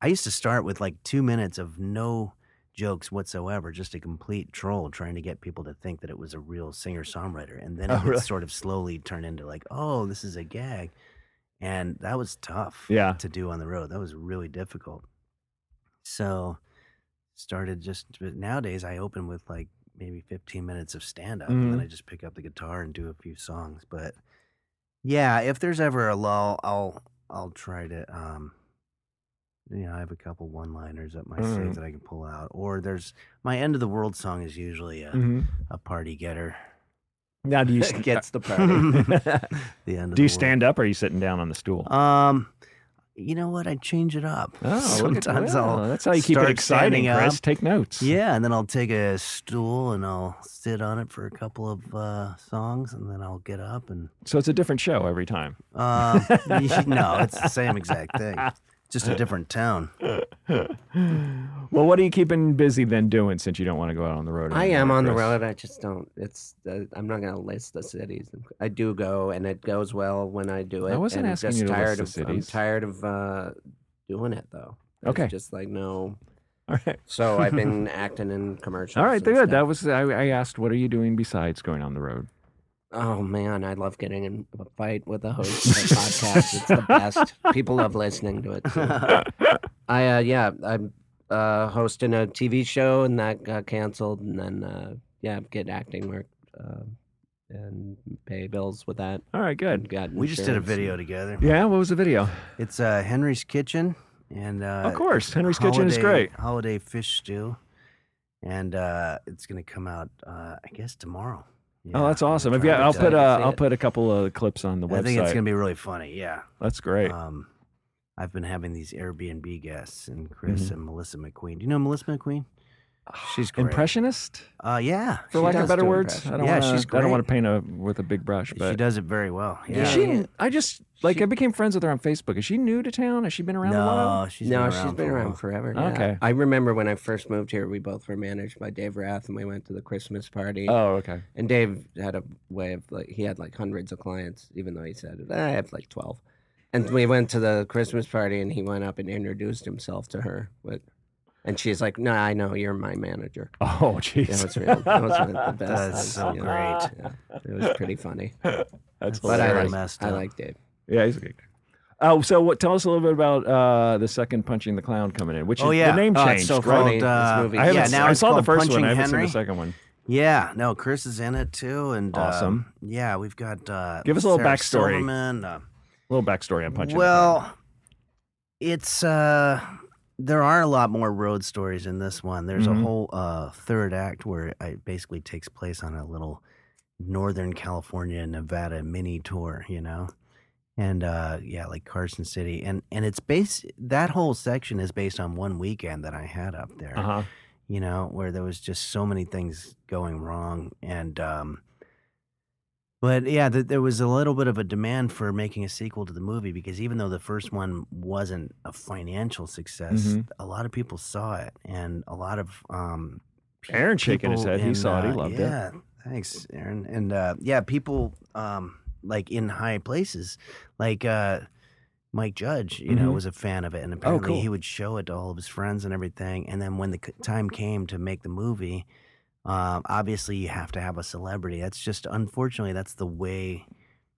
[SPEAKER 6] I used to start with like two minutes of no jokes whatsoever, just a complete troll trying to get people to think that it was a real singer songwriter. And then it
[SPEAKER 4] Oh,
[SPEAKER 6] would
[SPEAKER 4] really?
[SPEAKER 6] sort of slowly turn into like, oh, this is a gag. And that was tough
[SPEAKER 4] yeah.
[SPEAKER 6] to do on the road. That was really difficult. So started just but nowadays I open with like maybe 15 minutes of stand up and then
[SPEAKER 4] Mhm.
[SPEAKER 6] I just pick up the guitar and do a few songs, but yeah, if there's ever a lull, I'll I'll try to um you know, I have a couple one-liners up my sleeve
[SPEAKER 4] Alright.
[SPEAKER 6] that I can pull out or there's my end of the world song is usually a,
[SPEAKER 4] Mhm.
[SPEAKER 6] a party getter.
[SPEAKER 4] Now, do you st-
[SPEAKER 5] gets the party.
[SPEAKER 6] the end of
[SPEAKER 4] do you
[SPEAKER 6] the world.
[SPEAKER 4] stand up or are you sitting down on the stool?
[SPEAKER 6] Um, you know what? I change it up.
[SPEAKER 4] Oh, look at-
[SPEAKER 6] Sometimes
[SPEAKER 4] well,
[SPEAKER 6] I'll
[SPEAKER 4] that's how you keep it
[SPEAKER 6] start
[SPEAKER 4] exciting,
[SPEAKER 6] standing
[SPEAKER 4] Chris.
[SPEAKER 6] up.
[SPEAKER 4] Take notes.
[SPEAKER 6] yeah, and then I'll take a stool and I'll sit on it for a couple of uh, songs, and then I'll get up and
[SPEAKER 4] So it's a different show every time.
[SPEAKER 6] uh, no, it's the same exact thing, just a different town.
[SPEAKER 4] Well, what are you keeping busy then doing since you don't want to go out on the road?
[SPEAKER 5] I
[SPEAKER 4] anymore,
[SPEAKER 5] am on the
[SPEAKER 4] Chris?
[SPEAKER 5] road. I just don't. It's. Uh, I'm not gonna list the cities. I do go, and it goes well when I do
[SPEAKER 4] I
[SPEAKER 5] it.
[SPEAKER 4] wasn't
[SPEAKER 5] and
[SPEAKER 4] asking
[SPEAKER 5] just
[SPEAKER 4] you to list
[SPEAKER 5] tired
[SPEAKER 4] the
[SPEAKER 5] of,
[SPEAKER 4] cities.
[SPEAKER 5] I'm tired of uh, doing it though. There's
[SPEAKER 4] Okay.
[SPEAKER 5] Just like no.
[SPEAKER 4] All right.
[SPEAKER 5] So I've been acting in commercials.
[SPEAKER 4] All right,
[SPEAKER 5] and
[SPEAKER 4] good. That
[SPEAKER 5] stuff.
[SPEAKER 4] was I, I asked, what are you doing besides going on the road?
[SPEAKER 5] Oh man, I love getting in a fight with a host of a podcast. It's the best. People love listening to it. Too. I uh, yeah, I'm uh, hosting a TV show and that got canceled, and then uh, yeah, get acting work uh, and pay bills with that.
[SPEAKER 4] All right,
[SPEAKER 5] and
[SPEAKER 4] good.
[SPEAKER 5] got
[SPEAKER 6] We just did a
[SPEAKER 5] insurance
[SPEAKER 6] video together.
[SPEAKER 4] Yeah, what was the video?
[SPEAKER 6] It's uh, Henry's Kitchen, and uh,
[SPEAKER 4] of course, Henry's Kitchen is
[SPEAKER 6] holiday-
[SPEAKER 4] great.
[SPEAKER 6] Holiday fish stew, and uh, it's gonna come out, uh, I guess, tomorrow.
[SPEAKER 4] oh, that's awesome. If, yeah,
[SPEAKER 5] to
[SPEAKER 4] I'll
[SPEAKER 5] decide
[SPEAKER 4] put
[SPEAKER 5] to
[SPEAKER 4] uh,
[SPEAKER 5] see
[SPEAKER 4] I'll
[SPEAKER 5] it.
[SPEAKER 4] put a couple of clips on the
[SPEAKER 6] I
[SPEAKER 4] website.
[SPEAKER 6] think it's gonna be really funny. Yeah.
[SPEAKER 4] That's great.
[SPEAKER 6] Um, I've been having these Airbnb guests, and Chris
[SPEAKER 4] Mm-hmm.
[SPEAKER 6] and Melissa McQueen. Do you know Melissa McQueen? Ah, She's great.
[SPEAKER 4] Impressionist,
[SPEAKER 6] Uh, yeah,
[SPEAKER 4] for
[SPEAKER 5] She
[SPEAKER 4] lack of
[SPEAKER 5] does
[SPEAKER 4] better
[SPEAKER 5] do
[SPEAKER 4] words.
[SPEAKER 5] impressions.
[SPEAKER 4] I don't
[SPEAKER 6] Yeah,
[SPEAKER 4] wanna,
[SPEAKER 6] she's
[SPEAKER 4] I don't
[SPEAKER 6] great.
[SPEAKER 4] want to paint a with a big brush,
[SPEAKER 6] she
[SPEAKER 4] but
[SPEAKER 6] does it very well. Yeah.
[SPEAKER 4] Is
[SPEAKER 5] Yeah.
[SPEAKER 4] she?
[SPEAKER 5] Yeah.
[SPEAKER 4] I just like
[SPEAKER 5] She-
[SPEAKER 4] I became friends with her on Facebook. Is she new to town? Has she been around a while?
[SPEAKER 6] no, she's been
[SPEAKER 5] no,
[SPEAKER 6] around
[SPEAKER 5] she's been
[SPEAKER 6] for a
[SPEAKER 5] around
[SPEAKER 6] while.
[SPEAKER 5] forever. yeah.
[SPEAKER 4] Okay.
[SPEAKER 5] I remember when I first moved here, we both were managed by Dave Rath, and we went to the Christmas party.
[SPEAKER 4] Oh, okay.
[SPEAKER 5] And Dave had a way of like he had like hundreds of clients, even though he said "Eh, I have like twelve. And we went to the Christmas party, and he went up and introduced himself to her. But and she's like, "No, I know you're my manager."
[SPEAKER 4] Oh, jeez.
[SPEAKER 5] That was real. That was one of the best.
[SPEAKER 6] That's
[SPEAKER 5] things,
[SPEAKER 6] so
[SPEAKER 5] you know.
[SPEAKER 6] great.
[SPEAKER 5] Yeah, it was pretty funny.
[SPEAKER 4] That's
[SPEAKER 5] But I
[SPEAKER 6] Very
[SPEAKER 4] hilarious.
[SPEAKER 5] like,
[SPEAKER 6] messed
[SPEAKER 5] I
[SPEAKER 6] up.
[SPEAKER 5] like Dave.
[SPEAKER 4] yeah, he's a good. guy. Oh, so what? Tell us a little bit about uh, the second Punching the Clown coming in, which
[SPEAKER 6] Oh,
[SPEAKER 4] is
[SPEAKER 6] yeah.
[SPEAKER 4] the name
[SPEAKER 5] Oh, it's
[SPEAKER 4] changed.
[SPEAKER 5] so
[SPEAKER 4] right?
[SPEAKER 5] funny.
[SPEAKER 6] Called,
[SPEAKER 5] this
[SPEAKER 6] uh,
[SPEAKER 5] movie.
[SPEAKER 4] I haven't.
[SPEAKER 6] Yeah,
[SPEAKER 4] s-
[SPEAKER 6] now
[SPEAKER 4] I
[SPEAKER 6] it's
[SPEAKER 4] saw the
[SPEAKER 6] called
[SPEAKER 4] first one.
[SPEAKER 6] Punching
[SPEAKER 4] I haven't seen
[SPEAKER 6] Henry.
[SPEAKER 4] the second one.
[SPEAKER 6] Yeah, no, Chris is in it too, and um,
[SPEAKER 4] Awesome.
[SPEAKER 6] yeah, we've got. Uh,
[SPEAKER 4] Give us a little
[SPEAKER 6] Sarah
[SPEAKER 4] backstory.
[SPEAKER 6] Silverman, uh,
[SPEAKER 4] A little backstory on Punching. the Clown.
[SPEAKER 6] well, it's uh, there are a lot more road stories in this one. There's
[SPEAKER 4] Mhm.
[SPEAKER 6] a whole uh, third act where it basically takes place on a little Northern California, Nevada mini tour, you know, and uh, yeah, like Carson City, and and it's based that whole section is based on one weekend that I had up there
[SPEAKER 4] Uh huh.
[SPEAKER 6] you know, where there was just so many things going wrong. And, um, but yeah, th- there was a little bit of a demand for making a sequel to the movie because even though the first one wasn't a financial success,
[SPEAKER 4] Mhm.
[SPEAKER 6] a lot of people saw it and a lot of, um, pe-
[SPEAKER 4] Aaron's shaking his
[SPEAKER 6] people
[SPEAKER 4] head. He
[SPEAKER 6] in,
[SPEAKER 4] saw it. He
[SPEAKER 6] uh,
[SPEAKER 4] loved it.
[SPEAKER 6] yeah, Thanks, Aaron. And, uh, yeah, people, um, like in high places, like, uh, Mike Judge, you know,
[SPEAKER 4] Mhm.
[SPEAKER 6] was a fan of it, and apparently
[SPEAKER 4] cool.
[SPEAKER 6] he would show it to all of his friends and everything. And then when the c- time came to make the movie, um, obviously you have to have a celebrity. That's just unfortunately that's the way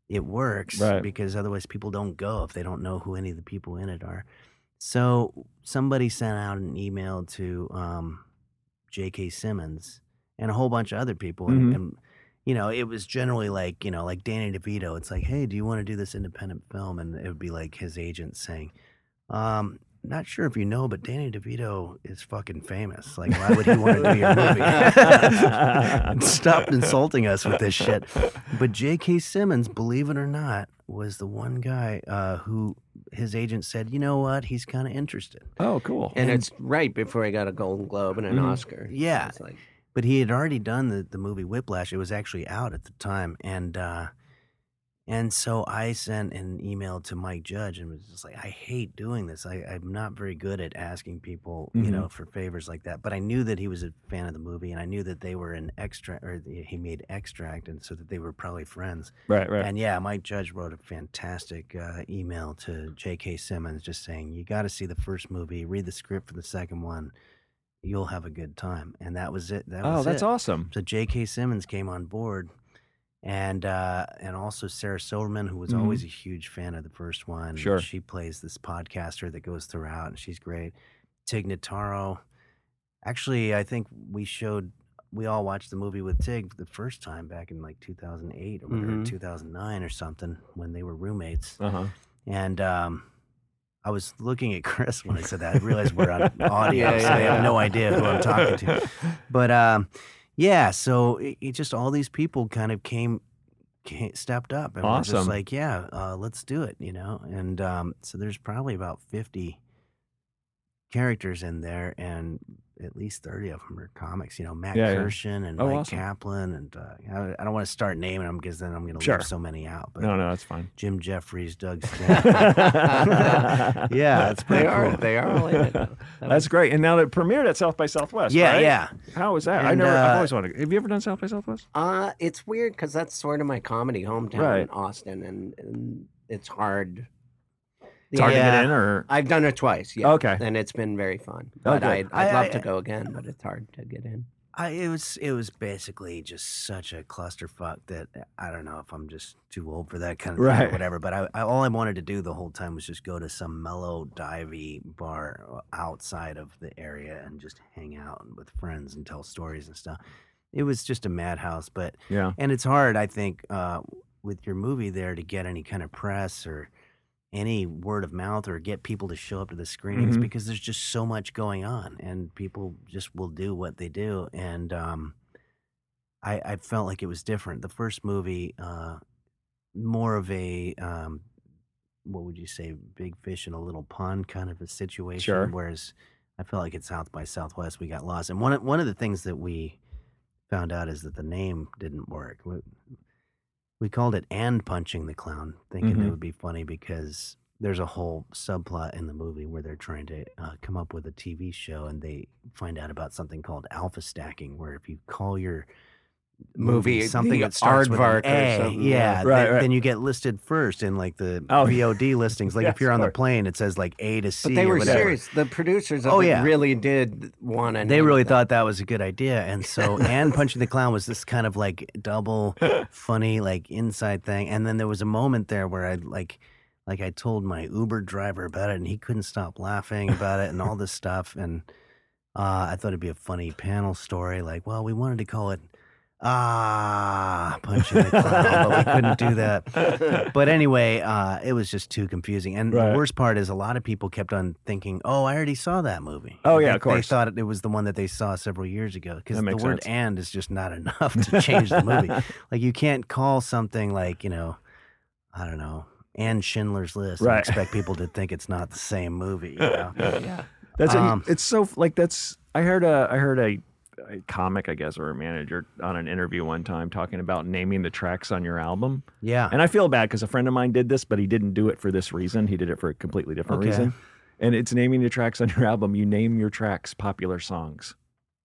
[SPEAKER 6] it works
[SPEAKER 4] Right.
[SPEAKER 6] because otherwise people don't go if they don't know who any of the people in it are. So somebody sent out an email to um, J.K. Simmons and a whole bunch of other people,
[SPEAKER 4] Mhm.
[SPEAKER 6] and, and you know, it was generally like, you know, like Danny DeVito. It's like, hey, do you want to do this independent film? And it would be like his agent saying, um, not sure if you know, but Danny DeVito is fucking famous. Like, why would he want to do your movie? Stop insulting us with this shit. But J.K. Simmons, believe it or not, was the one guy uh, who his agent said, you know what? He's kind of interested.
[SPEAKER 4] Oh, cool.
[SPEAKER 5] And it's right before he got a Golden Globe and an
[SPEAKER 4] Mhm.
[SPEAKER 5] Oscar.
[SPEAKER 6] Mm-hmm. Yeah.
[SPEAKER 5] It's like,
[SPEAKER 6] but he had already done the, the movie Whiplash. It was actually out at the time, and uh, and so I sent an email to Mike Judge and was just like, I hate doing this. I, I'm not very good at asking people, you know, for favors like that. But I knew that he was a fan of the movie, and I knew that they were an extra, or he made extract, and so that they were probably friends.
[SPEAKER 4] Right, right.
[SPEAKER 6] And yeah, Mike Judge wrote a fantastic uh, email to J.K. Simmons just saying, You got to see the first movie, read the script for the second one. You'll have a good time. And that was it. That
[SPEAKER 4] oh,
[SPEAKER 6] was
[SPEAKER 4] that's
[SPEAKER 6] it.
[SPEAKER 4] awesome.
[SPEAKER 6] So J.K. Simmons came on board. And uh, and also Sarah Silverman, who was
[SPEAKER 5] Mm-hmm.
[SPEAKER 4] Mhm.
[SPEAKER 6] always a huge fan of the first one.
[SPEAKER 4] Sure.
[SPEAKER 6] She plays this podcaster that goes throughout, and she's great. Tig Notaro. Actually, I think we showed we all watched the movie with Tig the first time back in like 2008 or whatever,
[SPEAKER 5] Mhm.
[SPEAKER 6] 2009 or something when they were roommates.
[SPEAKER 4] Uh huh.
[SPEAKER 6] And um, I was looking at Chris when I said that. I realized we're on audio,
[SPEAKER 5] Yeah,
[SPEAKER 6] so
[SPEAKER 5] yeah,
[SPEAKER 6] they have
[SPEAKER 5] yeah.
[SPEAKER 6] no idea who I'm talking to. But um, yeah, so it, it just all these people kind of came, ca stepped up, and were
[SPEAKER 4] Awesome.
[SPEAKER 6] just like, yeah, uh, let's do it, you know. And um, so there's probably about 50 characters in there, and at least 30 of them are comics. You know, Matt
[SPEAKER 4] Yeah, yeah.
[SPEAKER 6] Kirshen and
[SPEAKER 4] Oh,
[SPEAKER 6] Mike
[SPEAKER 4] awesome.
[SPEAKER 6] Kaplan, and uh, I, I don't want to start naming them because then I'm going to
[SPEAKER 4] Sure.
[SPEAKER 6] leave so many out. But
[SPEAKER 4] No, no, that's fine.
[SPEAKER 6] Jim Jeffries, Doug Stanton.
[SPEAKER 4] yeah,
[SPEAKER 6] it's
[SPEAKER 5] they
[SPEAKER 6] pretty
[SPEAKER 5] are.
[SPEAKER 6] cool.
[SPEAKER 5] They are all in it. though. That
[SPEAKER 4] That's great. And now it premiered at South by Southwest.
[SPEAKER 6] yeah,
[SPEAKER 4] right?
[SPEAKER 6] yeah.
[SPEAKER 4] How was that? I
[SPEAKER 6] And,
[SPEAKER 4] never. I've
[SPEAKER 6] uh,
[SPEAKER 4] always wanted. Have you ever done South by Southwest?
[SPEAKER 5] Uh, it's weird because that's sort of my comedy hometown
[SPEAKER 4] Right.
[SPEAKER 5] in Austin, and, and it's hard.
[SPEAKER 4] It's hard to
[SPEAKER 6] Yeah.
[SPEAKER 4] get in, or
[SPEAKER 5] I've done it twice. Yeah.
[SPEAKER 4] Okay.
[SPEAKER 5] And it's been very fun.
[SPEAKER 4] Oh,
[SPEAKER 5] But
[SPEAKER 4] good.
[SPEAKER 5] I'd, I'd
[SPEAKER 6] I-
[SPEAKER 5] love
[SPEAKER 6] I-
[SPEAKER 5] to go again, but it's hard to get in.
[SPEAKER 6] I, it was it was basically just such a clusterfuck that eh, I don't know if I'm just too old for that kind of thing
[SPEAKER 4] Right.
[SPEAKER 6] or whatever. But I, I all I wanted to do the whole time was just go to some mellow divey bar uh, outside of the area and just hang out with friends and tell stories and stuff. It was just a madhouse, but
[SPEAKER 4] yeah,
[SPEAKER 6] and it's hard i think uh, with your movie there to get any kind of press or any word of mouth or get people to show up to the screenings
[SPEAKER 4] Mhm.
[SPEAKER 6] because there's just so much going on and people just will do what they do and um, I, I felt like it was different the first movie uh, more of a um, what would you say big fish in a little pond kind of a situation
[SPEAKER 4] Sure.
[SPEAKER 6] whereas i felt like at south by southwest we got lost and one, of- one of the things that we found out is that the name didn't work. We, we called it "and punching the clown," thinking
[SPEAKER 5] Mm-hmm.
[SPEAKER 4] Mhm.
[SPEAKER 6] it would be funny because there's a whole subplot in the movie where they're trying to uh, come up with a TV show, and they find out about something called alpha stacking, where if you call your
[SPEAKER 5] Movie,
[SPEAKER 6] something
[SPEAKER 5] the
[SPEAKER 6] that starts with an
[SPEAKER 5] aardvark or
[SPEAKER 6] A,
[SPEAKER 5] something, yeah.
[SPEAKER 6] yeah,
[SPEAKER 4] Right,
[SPEAKER 6] then,
[SPEAKER 4] right.
[SPEAKER 6] then you get listed first in like the
[SPEAKER 4] Oh, yeah.
[SPEAKER 6] VOD listings. Like
[SPEAKER 4] Yeah,
[SPEAKER 6] if you're on the
[SPEAKER 4] smart.
[SPEAKER 6] plane, it says like A to C.
[SPEAKER 5] But they
[SPEAKER 6] or
[SPEAKER 5] were
[SPEAKER 6] whatever.
[SPEAKER 5] serious. The producers of
[SPEAKER 6] Oh,
[SPEAKER 5] it
[SPEAKER 6] yeah.
[SPEAKER 5] really did want to.
[SPEAKER 6] They really thought that was a good idea. And so, and Punching the Clown was this kind of like double funny, like inside thing. And then there was a moment there where I like, like I told my Uber driver about it and he couldn't stop laughing about it and all this stuff. And uh, I thought it'd be a funny panel story. Like, well, we wanted to call it ah, punch in the clown, but we couldn't do that. But anyway, uh, it was just too confusing. And
[SPEAKER 4] Right.
[SPEAKER 6] the worst part is a lot of people kept on thinking, oh, I already saw that movie.
[SPEAKER 4] Oh, yeah,
[SPEAKER 6] Like,
[SPEAKER 4] of course.
[SPEAKER 6] They thought it was the one that they saw several years ago because
[SPEAKER 4] That
[SPEAKER 6] the
[SPEAKER 4] makes
[SPEAKER 6] word
[SPEAKER 4] sense.
[SPEAKER 6] and is just not enough to change the movie. like, you can't call something like, you know, I don't know, and Schindler's List
[SPEAKER 4] Right.
[SPEAKER 6] and expect people to think it's not the same movie. You know?
[SPEAKER 5] Yeah.
[SPEAKER 4] That's
[SPEAKER 6] Um,
[SPEAKER 4] it's so like that's I heard a I heard a, a comic I guess or a manager on an interview one time talking about naming the tracks on your album.
[SPEAKER 6] Yeah.
[SPEAKER 4] And I feel bad because a friend of mine did this, but he didn't do it for this reason. He did it for a completely different
[SPEAKER 6] Okay.
[SPEAKER 4] reason. And it's naming the tracks on your album. You name your tracks popular songs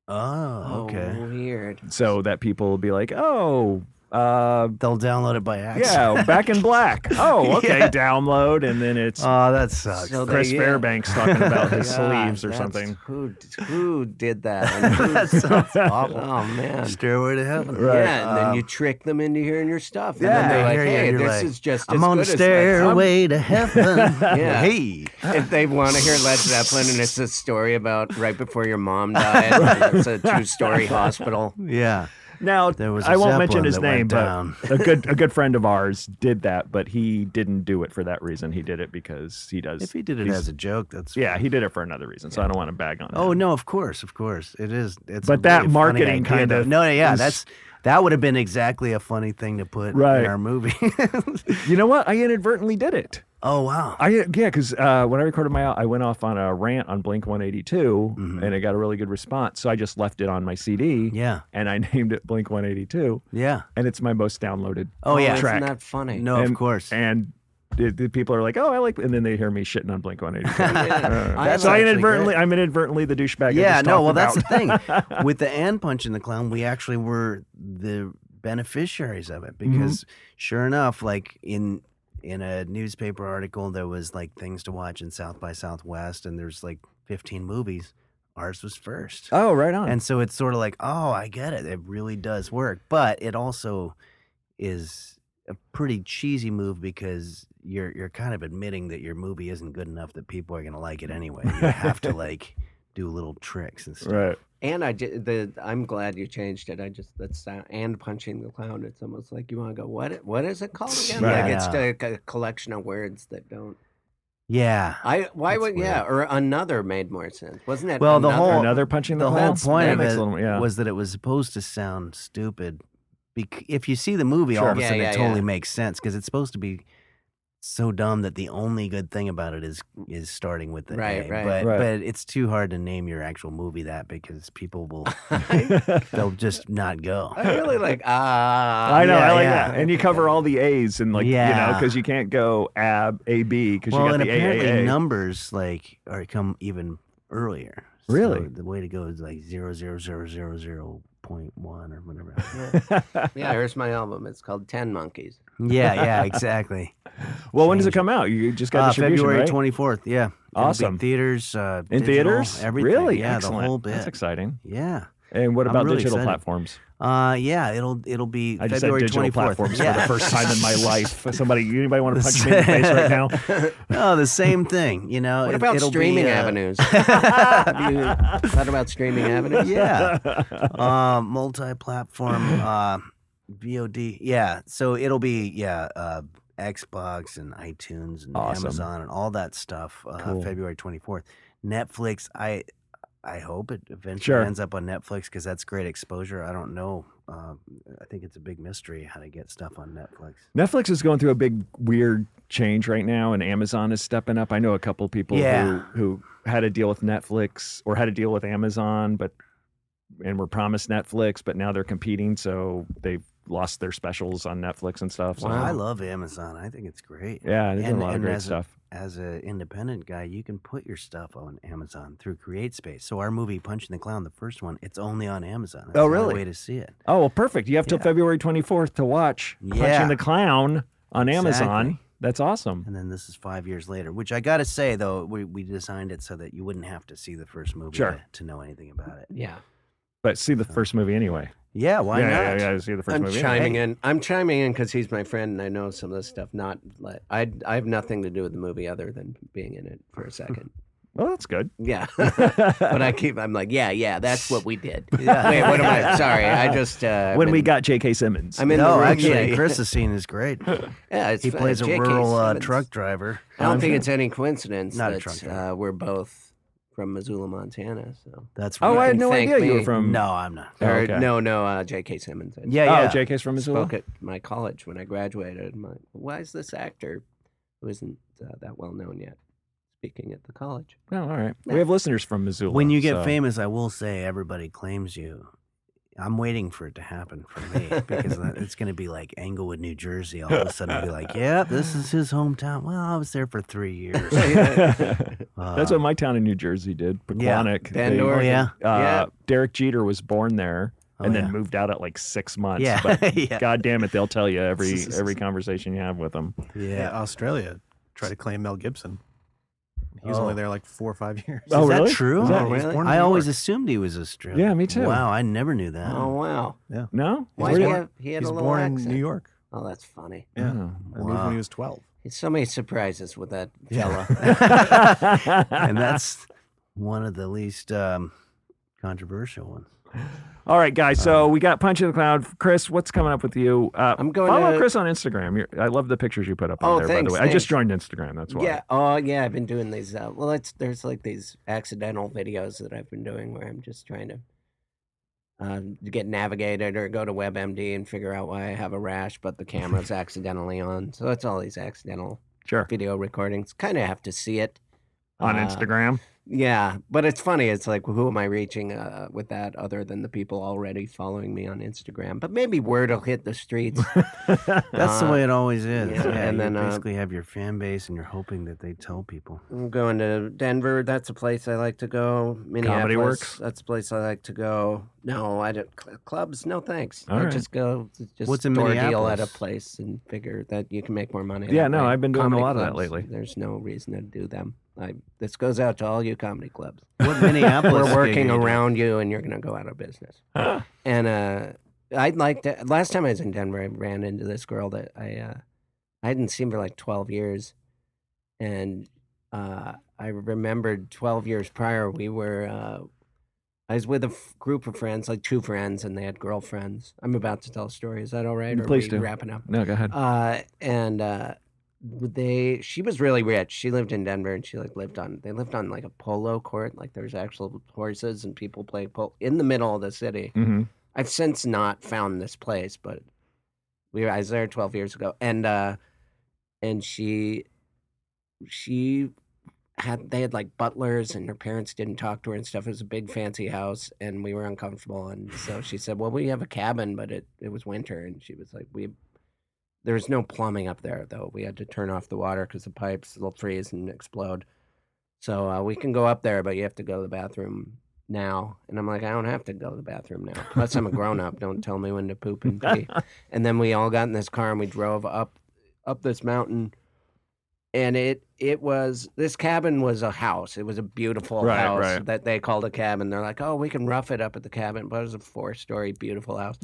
[SPEAKER 6] oh, okay.
[SPEAKER 5] Oh, weird.
[SPEAKER 4] so that people will be like, oh, uh,
[SPEAKER 6] They'll download it by accident.
[SPEAKER 4] yeah, back in black. Oh, okay,
[SPEAKER 6] Yeah.
[SPEAKER 4] download. And then it's
[SPEAKER 6] Oh, that sucks.
[SPEAKER 5] So
[SPEAKER 4] Chris
[SPEAKER 5] they- yeah.
[SPEAKER 4] Fairbanks talking about his
[SPEAKER 5] Oh, God,
[SPEAKER 4] sleeves or
[SPEAKER 5] that's-
[SPEAKER 4] something.
[SPEAKER 5] Who d- who did that? And who-
[SPEAKER 6] that sounds awful.
[SPEAKER 5] oh man.
[SPEAKER 6] Stairway to heaven.
[SPEAKER 5] Yeah, and then you trick them into hearing your stuff. And
[SPEAKER 4] Yeah.
[SPEAKER 5] then they're like,
[SPEAKER 6] Hear you,
[SPEAKER 5] hey,
[SPEAKER 6] you're
[SPEAKER 5] this
[SPEAKER 6] like,
[SPEAKER 5] is just as
[SPEAKER 6] I'm
[SPEAKER 5] good
[SPEAKER 6] on the
[SPEAKER 5] as Led Zeppelin."
[SPEAKER 6] stairway to heaven.
[SPEAKER 5] Yeah.
[SPEAKER 6] Hey.
[SPEAKER 5] If they want to hear Led Zeppelin and it's a story about right before your mom died, and it's a two story hospital.
[SPEAKER 6] Yeah.
[SPEAKER 4] Now
[SPEAKER 6] There was
[SPEAKER 4] I
[SPEAKER 6] a
[SPEAKER 4] won't mention
[SPEAKER 6] Zeppelin
[SPEAKER 4] his
[SPEAKER 6] that went
[SPEAKER 4] name, but
[SPEAKER 6] down.
[SPEAKER 4] a good a good friend of ours did that, but he didn't do it for that reason. He did it because he does.
[SPEAKER 6] If he did it
[SPEAKER 4] he's-
[SPEAKER 6] as a joke, that's
[SPEAKER 4] yeah, he did it for another reason. So I don't want to bag on.
[SPEAKER 6] Oh
[SPEAKER 4] him.
[SPEAKER 6] no, of course, of course, it is. It's
[SPEAKER 4] But
[SPEAKER 6] a
[SPEAKER 4] that
[SPEAKER 6] really funny
[SPEAKER 4] marketing
[SPEAKER 6] idea,
[SPEAKER 4] kind
[SPEAKER 6] though.
[SPEAKER 4] of
[SPEAKER 6] no, no, yeah,
[SPEAKER 4] is-
[SPEAKER 6] that's that would have been exactly a funny thing to put
[SPEAKER 4] Right.
[SPEAKER 6] in our movie.
[SPEAKER 4] you know what? I inadvertently did it.
[SPEAKER 6] oh wow,
[SPEAKER 4] I yeah, because uh, when I recorded my, I went off on a rant on Blink One and it got a really good response. So I just left it on my CD.
[SPEAKER 6] Mm-hmm. Yeah.
[SPEAKER 4] and I named it Blink One Eighty Two,
[SPEAKER 6] yeah,
[SPEAKER 4] and it's my most downloaded.
[SPEAKER 6] oh yeah,
[SPEAKER 4] track.
[SPEAKER 5] Isn't that funny?
[SPEAKER 6] no,
[SPEAKER 4] and,
[SPEAKER 6] of course,
[SPEAKER 4] And the, the people are like, "Oh, I like," and then they hear me shitting on Blink One Eighty Two.
[SPEAKER 5] I
[SPEAKER 6] That's
[SPEAKER 4] So I
[SPEAKER 6] actually
[SPEAKER 4] inadvertently,
[SPEAKER 6] great.
[SPEAKER 4] I'm inadvertently the douchebag. I
[SPEAKER 6] yeah,
[SPEAKER 4] just
[SPEAKER 6] no, well,
[SPEAKER 4] talked
[SPEAKER 6] that's the
[SPEAKER 4] about.
[SPEAKER 6] thing. With the and punch in the clown, we actually were the beneficiaries of it because, sure enough, like in in a newspaper article, there was like things to watch in South by Southwest, and there's like 15 movies. Ours was first,
[SPEAKER 4] oh, right on.
[SPEAKER 6] and so it's sort of like, oh, I get it. It really does work, but it also is a pretty cheesy move because you're you're kind of admitting that your movie isn't good enough that people are gonna like it anyway. You have to like do little tricks and stuff.
[SPEAKER 4] right.
[SPEAKER 5] And I ju- the I'm glad you changed it. I just that's sound and punching the clown. It's almost like you want to go. What i- what is it called again? Like it's
[SPEAKER 6] Yeah.
[SPEAKER 5] like a collection of words that don't.
[SPEAKER 6] Yeah.
[SPEAKER 5] I why
[SPEAKER 6] That's
[SPEAKER 5] would yeah or another made more sense. Wasn't that
[SPEAKER 6] Well, the
[SPEAKER 5] another?
[SPEAKER 6] whole-
[SPEAKER 4] Another punching the,
[SPEAKER 6] the whole
[SPEAKER 4] clown?
[SPEAKER 6] point
[SPEAKER 4] That
[SPEAKER 6] of
[SPEAKER 4] makes
[SPEAKER 6] it
[SPEAKER 4] a little- yeah.
[SPEAKER 6] was that it was supposed to sound stupid. Bec- if you see the movie, all
[SPEAKER 4] Sure.
[SPEAKER 6] of a
[SPEAKER 5] Yeah,
[SPEAKER 6] sudden
[SPEAKER 5] yeah,
[SPEAKER 6] it totally
[SPEAKER 5] yeah.
[SPEAKER 6] makes sense because it's supposed to be so dumb that the only good thing about it is is starting with the
[SPEAKER 5] Right,
[SPEAKER 6] A.
[SPEAKER 5] right.
[SPEAKER 6] But
[SPEAKER 4] Right.
[SPEAKER 6] but it's too hard to name your actual movie that because people will they'll just not go.
[SPEAKER 5] I really like ah.
[SPEAKER 4] I know, I
[SPEAKER 6] yeah,
[SPEAKER 4] like
[SPEAKER 6] yeah.
[SPEAKER 4] that. And you cover all the A's and like you know
[SPEAKER 6] Yeah.
[SPEAKER 4] because you can't go ab a b because
[SPEAKER 6] Well,
[SPEAKER 4] you
[SPEAKER 6] and
[SPEAKER 4] got the
[SPEAKER 6] apparently
[SPEAKER 4] AAA.
[SPEAKER 6] numbers like are come even earlier. So
[SPEAKER 4] Really?
[SPEAKER 6] the way to go is like zero zero zero zero zero point one or whatever.
[SPEAKER 5] Yeah, here's my album. It's called Ten Monkeys.
[SPEAKER 6] yeah, yeah, exactly.
[SPEAKER 4] well, when does it come out? You just got
[SPEAKER 6] Uh,
[SPEAKER 4] distribution,
[SPEAKER 6] February
[SPEAKER 4] right?
[SPEAKER 6] 24th. Yeah. It'll be
[SPEAKER 4] Awesome.
[SPEAKER 6] theaters. Uh,
[SPEAKER 4] in
[SPEAKER 6] digital,
[SPEAKER 4] theaters.
[SPEAKER 6] Everything.
[SPEAKER 4] Really?
[SPEAKER 6] Yeah,
[SPEAKER 4] Excellent.
[SPEAKER 6] the whole bit.
[SPEAKER 4] That's exciting.
[SPEAKER 6] Yeah.
[SPEAKER 4] And what
[SPEAKER 6] I'm
[SPEAKER 4] about
[SPEAKER 6] really
[SPEAKER 4] digital
[SPEAKER 6] excited.
[SPEAKER 4] platforms?
[SPEAKER 6] Uh, yeah. It'll it'll be
[SPEAKER 4] I just said
[SPEAKER 6] February
[SPEAKER 4] digital
[SPEAKER 6] 24th.
[SPEAKER 4] platforms
[SPEAKER 6] yeah.
[SPEAKER 4] for the first time in my life. Somebody, anybody want to
[SPEAKER 6] The
[SPEAKER 4] punch me in the face right now?
[SPEAKER 6] no, Oh, the same thing. You know.
[SPEAKER 5] What
[SPEAKER 6] it-
[SPEAKER 5] about
[SPEAKER 6] it'll
[SPEAKER 5] streaming
[SPEAKER 6] be, uh,
[SPEAKER 5] avenues? Have you thought about streaming avenues?
[SPEAKER 6] Yeah. uh, multi-platform. Uh, VOD. Yeah. So it'll be yeah. Uh, Xbox and iTunes and
[SPEAKER 4] Awesome.
[SPEAKER 6] Amazon and all that stuff. Uh,
[SPEAKER 4] Cool.
[SPEAKER 6] February 24th. Netflix. I I hope it eventually
[SPEAKER 4] Sure.
[SPEAKER 6] ends up on Netflix because that's great exposure. I don't know. Uh, I think it's a big mystery how to get stuff on Netflix.
[SPEAKER 4] Netflix is going through a big weird change right now, and Amazon is stepping up. I know a couple people who,
[SPEAKER 6] Yeah.
[SPEAKER 4] who had a deal with Netflix or had a deal with Amazon, but and were promised Netflix, but now they're competing, so they've lost their specials on Netflix and stuff. So
[SPEAKER 6] I love Amazon. I think it's great.
[SPEAKER 4] yeah, they did a
[SPEAKER 6] And-
[SPEAKER 4] lot of
[SPEAKER 6] and
[SPEAKER 4] great
[SPEAKER 6] as a-
[SPEAKER 4] stuff.
[SPEAKER 6] As an independent guy, you can put your stuff on Amazon through CreateSpace. So our movie Punch in the Clown, the first one, it's only on Amazon. That's
[SPEAKER 4] Oh,
[SPEAKER 6] the only
[SPEAKER 4] really?
[SPEAKER 6] Way to see it.
[SPEAKER 4] Oh well, perfect. You have till
[SPEAKER 6] Yeah.
[SPEAKER 4] February twenty fourth to watch
[SPEAKER 6] Yeah.
[SPEAKER 4] Punching the Clown on Amazon.
[SPEAKER 6] Exactly.
[SPEAKER 4] That's awesome.
[SPEAKER 6] And then this is five years later, which I gotta say though, we, we designed it so that you wouldn't have to see the first movie
[SPEAKER 4] Sure.
[SPEAKER 6] to, to know anything about it.
[SPEAKER 5] Yeah.
[SPEAKER 4] But see the first movie anyway.
[SPEAKER 6] Yeah, why
[SPEAKER 4] yeah,
[SPEAKER 6] not?
[SPEAKER 4] yeah, yeah, yeah, See the 1st
[SPEAKER 5] I'm
[SPEAKER 4] movie. anyway.
[SPEAKER 5] chiming in. I'm chiming in because he's my friend and I know some of this stuff. Not like I. I have nothing to do with the movie other than being in it for a second.
[SPEAKER 4] Well, that's good.
[SPEAKER 5] Yeah. but I keep, I'm like, yeah, yeah, that's what we did. Wait, what am I? Sorry. I just. Uh,
[SPEAKER 4] when
[SPEAKER 5] I'm
[SPEAKER 4] we
[SPEAKER 5] in-
[SPEAKER 4] got J.K. Simmons.
[SPEAKER 5] I'm in the
[SPEAKER 6] no,
[SPEAKER 5] room,
[SPEAKER 6] actually,
[SPEAKER 5] yeah.
[SPEAKER 6] Chris's scene is great.
[SPEAKER 5] Yeah, it's,
[SPEAKER 6] He
[SPEAKER 5] uh,
[SPEAKER 6] plays a
[SPEAKER 5] J.K.
[SPEAKER 6] rural uh,
[SPEAKER 5] Simmons.
[SPEAKER 6] truck driver.
[SPEAKER 5] I don't think it's any coincidence
[SPEAKER 6] Not a
[SPEAKER 5] that
[SPEAKER 6] truck driver.
[SPEAKER 5] uh, we're both from Missoula, Montana. So,
[SPEAKER 6] That's
[SPEAKER 4] oh, I
[SPEAKER 6] right.
[SPEAKER 4] had no
[SPEAKER 5] thank
[SPEAKER 4] idea you were
[SPEAKER 5] me.
[SPEAKER 4] from.
[SPEAKER 6] no, I'm not.
[SPEAKER 4] Oh,
[SPEAKER 5] or,
[SPEAKER 4] okay.
[SPEAKER 5] no, no, uh, J.K. Simmons. I
[SPEAKER 6] Yeah,
[SPEAKER 4] Oh,
[SPEAKER 6] yeah.
[SPEAKER 4] J.K.'s from Missoula.
[SPEAKER 5] spoke at my college when I graduated. I'm like, why is this actor who isn't uh, that well known yet speaking at the college?
[SPEAKER 4] Oh, all right. We have listeners from Missoula.
[SPEAKER 6] When you get
[SPEAKER 4] so-
[SPEAKER 6] famous, I will say everybody claims you. I'm waiting for it to happen for me because that- it's going to be like Englewood, New Jersey. All of a sudden, I'll be like, "Yep, this is his hometown." Well, I was there for three years. Uh,
[SPEAKER 4] That's what my town in New Jersey did.
[SPEAKER 6] yeah.
[SPEAKER 4] Pequannock.
[SPEAKER 5] Bend
[SPEAKER 4] They-
[SPEAKER 5] or-
[SPEAKER 6] oh yeah,
[SPEAKER 4] uh,
[SPEAKER 5] Yeah.
[SPEAKER 4] Derek Jeter was born there
[SPEAKER 6] Oh,
[SPEAKER 4] and then
[SPEAKER 6] yeah.
[SPEAKER 4] moved out at like six months.
[SPEAKER 6] Yeah.
[SPEAKER 4] But
[SPEAKER 6] Yeah.
[SPEAKER 4] God damn it, they'll tell you every every conversation you have with them.
[SPEAKER 7] Yeah.
[SPEAKER 6] yeah.
[SPEAKER 7] Australia tried to claim Mel Gibson. He was
[SPEAKER 6] Oh.
[SPEAKER 7] only there like four or five years.
[SPEAKER 4] Oh,
[SPEAKER 6] is
[SPEAKER 4] really?
[SPEAKER 6] that true?
[SPEAKER 5] Is that
[SPEAKER 6] Oh,
[SPEAKER 5] really?
[SPEAKER 6] he's born
[SPEAKER 7] born in
[SPEAKER 6] I
[SPEAKER 7] New
[SPEAKER 6] always
[SPEAKER 7] York.
[SPEAKER 6] assumed he was Australian.
[SPEAKER 4] Yeah, me too.
[SPEAKER 6] Wow, I never knew that.
[SPEAKER 5] Oh, wow.
[SPEAKER 4] No?
[SPEAKER 5] Why
[SPEAKER 4] Where
[SPEAKER 5] do
[SPEAKER 4] did-
[SPEAKER 5] you
[SPEAKER 7] born-
[SPEAKER 5] have, he had
[SPEAKER 7] He's
[SPEAKER 5] a little
[SPEAKER 7] born
[SPEAKER 5] accent.
[SPEAKER 7] in New York.
[SPEAKER 5] Oh, that's funny.
[SPEAKER 7] Yeah.
[SPEAKER 4] Oh.
[SPEAKER 7] I moved
[SPEAKER 6] Wow.
[SPEAKER 7] when he was 12.
[SPEAKER 5] There's so many surprises with that
[SPEAKER 7] Yeah.
[SPEAKER 5] fella.
[SPEAKER 6] and that's one of the least um, controversial ones.
[SPEAKER 4] All right, guys. So we got Punch in the Cloud. Chris, what's coming up with you? Uh,
[SPEAKER 5] I'm going
[SPEAKER 4] follow
[SPEAKER 5] to-
[SPEAKER 4] Chris on Instagram. You're, I love the pictures you put up on
[SPEAKER 5] Oh,
[SPEAKER 4] there. by
[SPEAKER 5] thanks,
[SPEAKER 4] the way, I
[SPEAKER 5] thanks.
[SPEAKER 4] just joined Instagram. That's why.
[SPEAKER 5] yeah. Oh, yeah. I've been doing these. Uh, well, it's, there's like these accidental videos that I've been doing where I'm just trying to uh, get navigated or go to WebMD and figure out why I have a rash, but the camera's accidentally on. So it's all these accidental
[SPEAKER 4] sure.
[SPEAKER 5] video recordings. Kind of have to see it.
[SPEAKER 4] On
[SPEAKER 5] Uh,
[SPEAKER 4] Instagram.
[SPEAKER 5] Yeah, but it's funny. It's like, who am I reaching uh, with that other than the people already following me on Instagram? But maybe word will hit the streets.
[SPEAKER 6] That's
[SPEAKER 5] Uh,
[SPEAKER 6] the way it always is.
[SPEAKER 5] yeah,
[SPEAKER 6] Yeah,
[SPEAKER 5] and
[SPEAKER 6] you
[SPEAKER 5] then, uh,
[SPEAKER 6] basically have your fan base, and you're hoping that they tell people.
[SPEAKER 5] I'm going to Denver. That's a place I like to go. Minneapolis.
[SPEAKER 4] Works?
[SPEAKER 5] That's a place I like to go. No, I don't. cl- clubs, no thanks.
[SPEAKER 4] All
[SPEAKER 5] I
[SPEAKER 4] right.
[SPEAKER 5] just go. Just
[SPEAKER 6] What's in
[SPEAKER 5] door deal at a
[SPEAKER 6] Minneapolis?
[SPEAKER 5] place and figure that you can make more money.
[SPEAKER 4] Yeah,
[SPEAKER 5] that
[SPEAKER 4] no,
[SPEAKER 5] way.
[SPEAKER 4] I've been doing a
[SPEAKER 5] Comedy
[SPEAKER 4] lot of that
[SPEAKER 5] clubs,
[SPEAKER 4] lately.
[SPEAKER 5] There's no reason to do them. I, this goes out to all you comedy clubs.
[SPEAKER 6] What Minneapolis?
[SPEAKER 5] We're
[SPEAKER 6] gig
[SPEAKER 5] working
[SPEAKER 6] are you doing?
[SPEAKER 5] around you, and you're going to go out of business. and uh, I'd like to. Last time I was in Denver, I ran into this girl that I uh, I hadn't seen for like twelve years, and uh, I remembered twelve years prior we were. Uh, I was with a f- group of friends, like two friends, and they had girlfriends. I'm about to tell a story. Is that all right? are
[SPEAKER 4] Please
[SPEAKER 5] we
[SPEAKER 4] do.
[SPEAKER 5] Wrapping up.
[SPEAKER 4] No, go ahead.
[SPEAKER 5] Uh, and uh, they, she was really rich. She lived in Denver, and she like lived on. They lived on like a polo court. Like there's actual horses, and people play polo in the middle of the city.
[SPEAKER 4] hmm
[SPEAKER 5] I've since not found this place, but we were, I was there 12 years ago, and uh, and she she had they had like butlers, and her parents didn't talk to her and stuff. It was a big fancy house, and we were uncomfortable, and so she said, "Well, we have a cabin, but it it was winter," and she was like, "We." There was no plumbing up there, though. We had to turn off the water because the pipes will freeze and explode. So uh, we can go up there, but you have to go to the bathroom now. And I'm like, I don't have to go to the bathroom now. Plus, I'm a grown up. Don't tell me when to poop and pee. and then we all got in this car and we drove up up this mountain. And it it was this cabin was a house. It was a beautiful
[SPEAKER 4] Right,
[SPEAKER 5] house
[SPEAKER 4] right.
[SPEAKER 5] that they called a cabin. They're like, oh, we can rough it up at the cabin, but it was a four story beautiful house.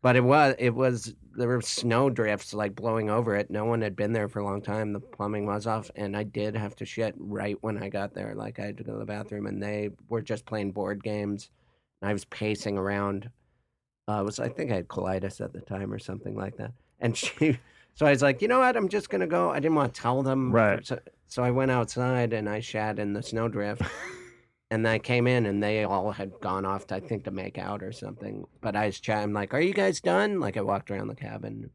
[SPEAKER 5] But it was it was there were snow drifts like blowing over it. No one had been there for a long time. The plumbing was off, and I did have to shit right when I got there. Like I had to go to the bathroom, and they were just playing board games, and I was pacing around. Uh, it was I think I had colitis at the time or something like that. And she, so I was like, you know what? I'm just gonna go. I didn't want to tell them.
[SPEAKER 4] Right.
[SPEAKER 5] So, so I went outside and I shat in the snow drift. And I came in and they all had gone off, to, I think, to make out or something. But I was chatting, like, are you guys done? Like, I walked around the cabin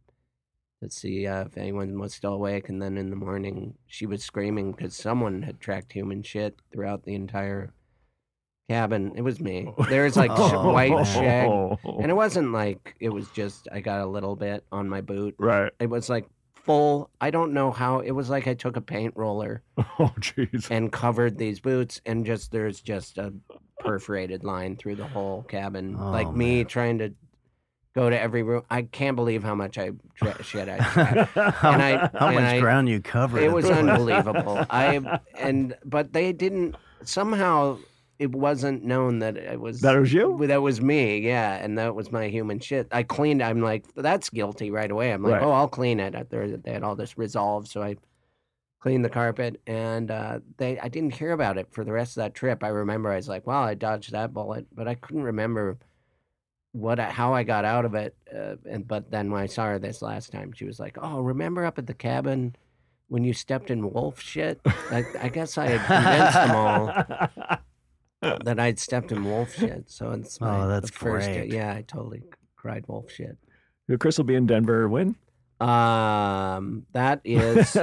[SPEAKER 5] to see uh, if anyone was still awake. And then in the morning, she was screaming because someone had tracked human shit throughout the entire cabin. It was me. There was like sh-
[SPEAKER 6] Oh,
[SPEAKER 5] white
[SPEAKER 6] man.
[SPEAKER 5] shag.
[SPEAKER 4] Oh,
[SPEAKER 5] And it wasn't like, it was just, I got a little bit on my boot.
[SPEAKER 4] Right.
[SPEAKER 5] It was like full, I don't know how, it was like I took a paint roller
[SPEAKER 4] Oh, jeez.
[SPEAKER 5] and covered these boots and just there's just a perforated line through the whole cabin
[SPEAKER 6] Oh,
[SPEAKER 5] like me trying to go to every room i can't believe how much i tra- shit i tracked. and i
[SPEAKER 6] How
[SPEAKER 5] and
[SPEAKER 6] much
[SPEAKER 5] I-
[SPEAKER 6] ground you covered?
[SPEAKER 5] it
[SPEAKER 6] at
[SPEAKER 5] was
[SPEAKER 6] the place.
[SPEAKER 5] unbelievable i and but they didn't somehow it wasn't known that it was
[SPEAKER 4] That was you?
[SPEAKER 5] well, that was me, yeah, and that was my human shit. I cleaned. I'm like, that's guilty right away. I'm like,
[SPEAKER 4] Right.
[SPEAKER 5] oh, I'll clean it. There, they had all this resolve, so I cleaned the carpet, and uh, they I didn't hear about it for the rest of that trip. I remember I was like, "Wow, I dodged that bullet," but I couldn't remember what I, how I got out of it. Uh, and but then when I saw her this last time, she was like, "Oh, remember up at the cabin when you stepped in wolf shit?" I, I guess I had convinced them all that I'd stepped in wolf shit. So it's my,
[SPEAKER 6] Oh,
[SPEAKER 5] the
[SPEAKER 6] that's
[SPEAKER 5] first,
[SPEAKER 6] great.
[SPEAKER 5] Yeah, I totally c- cried wolf shit.
[SPEAKER 4] Chris will be in Denver when?
[SPEAKER 5] Um, that is,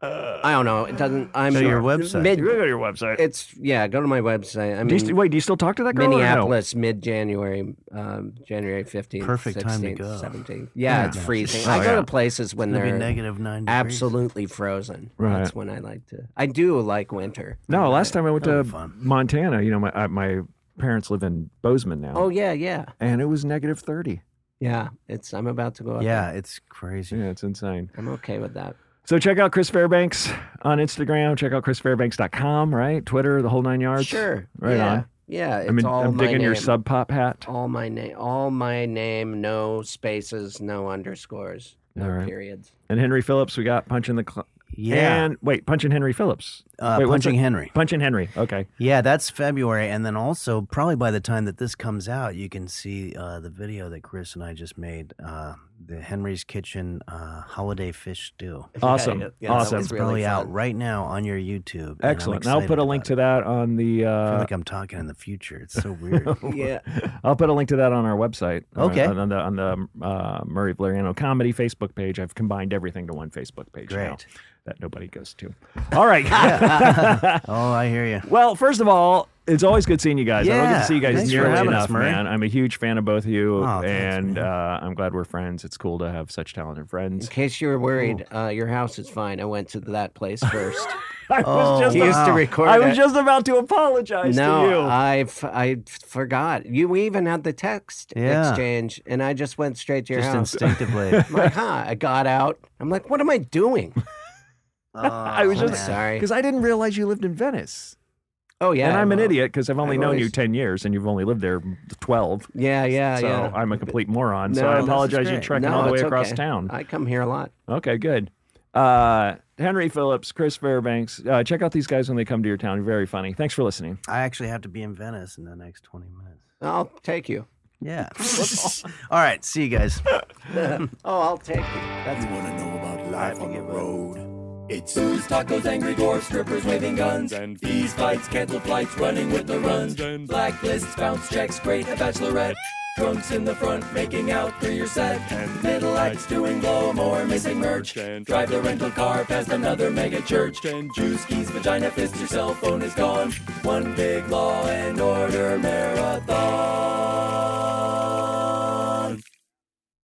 [SPEAKER 5] I don't know. It doesn't. I'm
[SPEAKER 6] So your website.
[SPEAKER 4] Uh, You
[SPEAKER 5] Mid,
[SPEAKER 4] go to your website.
[SPEAKER 5] it's yeah. Go to my website. I
[SPEAKER 4] do you
[SPEAKER 5] mean,
[SPEAKER 4] st- wait, do you still talk to that girl? or no?
[SPEAKER 5] Minneapolis, mid January, um, January fifteenth,
[SPEAKER 6] Perfect time to go.
[SPEAKER 5] seventeenth. Yeah,
[SPEAKER 4] Yeah.
[SPEAKER 5] it's freezing.
[SPEAKER 4] Oh,
[SPEAKER 5] I go
[SPEAKER 4] yeah.
[SPEAKER 5] to places when
[SPEAKER 6] It'll be
[SPEAKER 5] they're
[SPEAKER 6] negative nine degrees.
[SPEAKER 5] absolutely frozen.
[SPEAKER 4] Right.
[SPEAKER 5] That's when I like to. I do like winter.
[SPEAKER 4] No, last time I went
[SPEAKER 6] That'll
[SPEAKER 4] to
[SPEAKER 6] be fun.
[SPEAKER 4] Montana, you know, my I, my parents live in Bozeman now,
[SPEAKER 5] Oh yeah, yeah,
[SPEAKER 4] and it was negative thirty.
[SPEAKER 5] yeah. It's I'm about to go. Up
[SPEAKER 6] Yeah, it's crazy.
[SPEAKER 4] Yeah, it's insane.
[SPEAKER 5] I'm okay with that.
[SPEAKER 4] So check out Chris Fairbanks on Instagram. Check out chrisfairbanks.com, right? Twitter, the whole nine yards.
[SPEAKER 5] sure.
[SPEAKER 4] Right
[SPEAKER 5] yeah.
[SPEAKER 4] on.
[SPEAKER 5] Yeah. It's
[SPEAKER 4] I mean,
[SPEAKER 5] all
[SPEAKER 4] I'm
[SPEAKER 5] my
[SPEAKER 4] digging your
[SPEAKER 5] name. Oh.
[SPEAKER 4] sub pop hat.
[SPEAKER 5] All my name. All my name. No spaces. No underscores. No
[SPEAKER 4] All right.
[SPEAKER 5] periods.
[SPEAKER 4] And Henry Phillips, we got punching the cl-
[SPEAKER 6] Yeah,
[SPEAKER 4] And wait, punching Henry Phillips.
[SPEAKER 6] uh,
[SPEAKER 4] wait, what's
[SPEAKER 6] punching
[SPEAKER 4] that?
[SPEAKER 6] Henry.
[SPEAKER 4] Punching Henry. Okay.
[SPEAKER 6] Yeah, that's February, and then also probably by the time that this comes out, you can see uh, the video that Chris and I just made, uh, the Henry's Kitchen uh, holiday fish stew.
[SPEAKER 4] Awesome.
[SPEAKER 5] Yeah, yeah, that
[SPEAKER 4] Awesome.
[SPEAKER 5] was
[SPEAKER 6] It's
[SPEAKER 5] really
[SPEAKER 6] probably out
[SPEAKER 5] fun.
[SPEAKER 6] right now on your YouTube. and I'm
[SPEAKER 4] Excellent. And I'll
[SPEAKER 6] excited
[SPEAKER 4] put a
[SPEAKER 6] about
[SPEAKER 4] link
[SPEAKER 6] it.
[SPEAKER 4] to that on the.
[SPEAKER 6] I
[SPEAKER 4] Uh,
[SPEAKER 6] feel like I'm talking in the future. It's so weird.
[SPEAKER 5] Yeah.
[SPEAKER 4] I'll put a link to that on our website. uh,
[SPEAKER 6] Okay.
[SPEAKER 4] On, the on the uh, Murray Valeriano comedy Facebook page. I've combined everything to one Facebook page now
[SPEAKER 6] Great.
[SPEAKER 4] that nobody goes to. All right.
[SPEAKER 6] oh, I hear you.
[SPEAKER 4] Well, first of all, it's always good seeing you guys. I don't get
[SPEAKER 6] Yeah.
[SPEAKER 4] to see you guys
[SPEAKER 6] Thanks for
[SPEAKER 4] nearly
[SPEAKER 6] having
[SPEAKER 4] enough,
[SPEAKER 6] us, Murray.
[SPEAKER 4] man. I'm a huge fan of both of you,
[SPEAKER 6] Oh, thanks,
[SPEAKER 4] and uh, I'm glad we're friends. It's cool to have such talented friends.
[SPEAKER 5] In case you were worried, uh, your house is fine. I went to that place first.
[SPEAKER 4] I was
[SPEAKER 6] Oh,
[SPEAKER 4] just
[SPEAKER 5] He used to
[SPEAKER 6] Wow.
[SPEAKER 5] record.
[SPEAKER 4] I was
[SPEAKER 5] it.
[SPEAKER 4] just about to apologize to you.
[SPEAKER 5] no, I f- I f- forgot. You we even had the text
[SPEAKER 6] Yeah.
[SPEAKER 5] exchange, and I just went straight to your
[SPEAKER 6] Just
[SPEAKER 5] house.
[SPEAKER 6] instinctively.
[SPEAKER 5] I'm like, huh? I got out. I'm like, what am I doing?
[SPEAKER 4] I
[SPEAKER 6] Oh,
[SPEAKER 4] was
[SPEAKER 5] I'm
[SPEAKER 4] just-
[SPEAKER 5] sorry.
[SPEAKER 4] because I didn't realize you lived in Venice.
[SPEAKER 5] Oh yeah,
[SPEAKER 4] and I'm an
[SPEAKER 5] well,
[SPEAKER 4] idiot because I've only
[SPEAKER 5] I've
[SPEAKER 4] known you
[SPEAKER 5] always-
[SPEAKER 4] 10 years and you've only lived there 12.
[SPEAKER 5] Yeah, yeah,
[SPEAKER 4] so
[SPEAKER 5] yeah.
[SPEAKER 4] I'm a complete moron. so
[SPEAKER 5] No,
[SPEAKER 4] I
[SPEAKER 5] this is
[SPEAKER 4] apologize you
[SPEAKER 6] great.
[SPEAKER 4] trekking
[SPEAKER 5] no,
[SPEAKER 4] all the way
[SPEAKER 5] it's
[SPEAKER 4] across
[SPEAKER 5] okay. Uh,
[SPEAKER 4] town.
[SPEAKER 5] I come here a lot.
[SPEAKER 4] Okay, good. Uh, Henry Phillips, Chris Fairbanks. Uh, check out these guys when they come to your town. Very funny. Thanks for listening.
[SPEAKER 6] I actually have to be in Venice in the next 20 minutes.
[SPEAKER 5] I'll take you.
[SPEAKER 6] Yeah. All right. See you guys.
[SPEAKER 5] Oh, I'll take you. That's
[SPEAKER 1] You wanna know about life on the road? It's
[SPEAKER 2] Booze, tacos, angry dwarfs, strippers waving guns, and bees fights, cancel flights, running with the runs, blacklists, bounce checks, great a bachelorette, drunks in the front making out through your set, and middle acts doing blow more missing merch, drive the rental car past another mega church, and juice keys, vagina fist, your cell phone is gone, one big law and order marathon.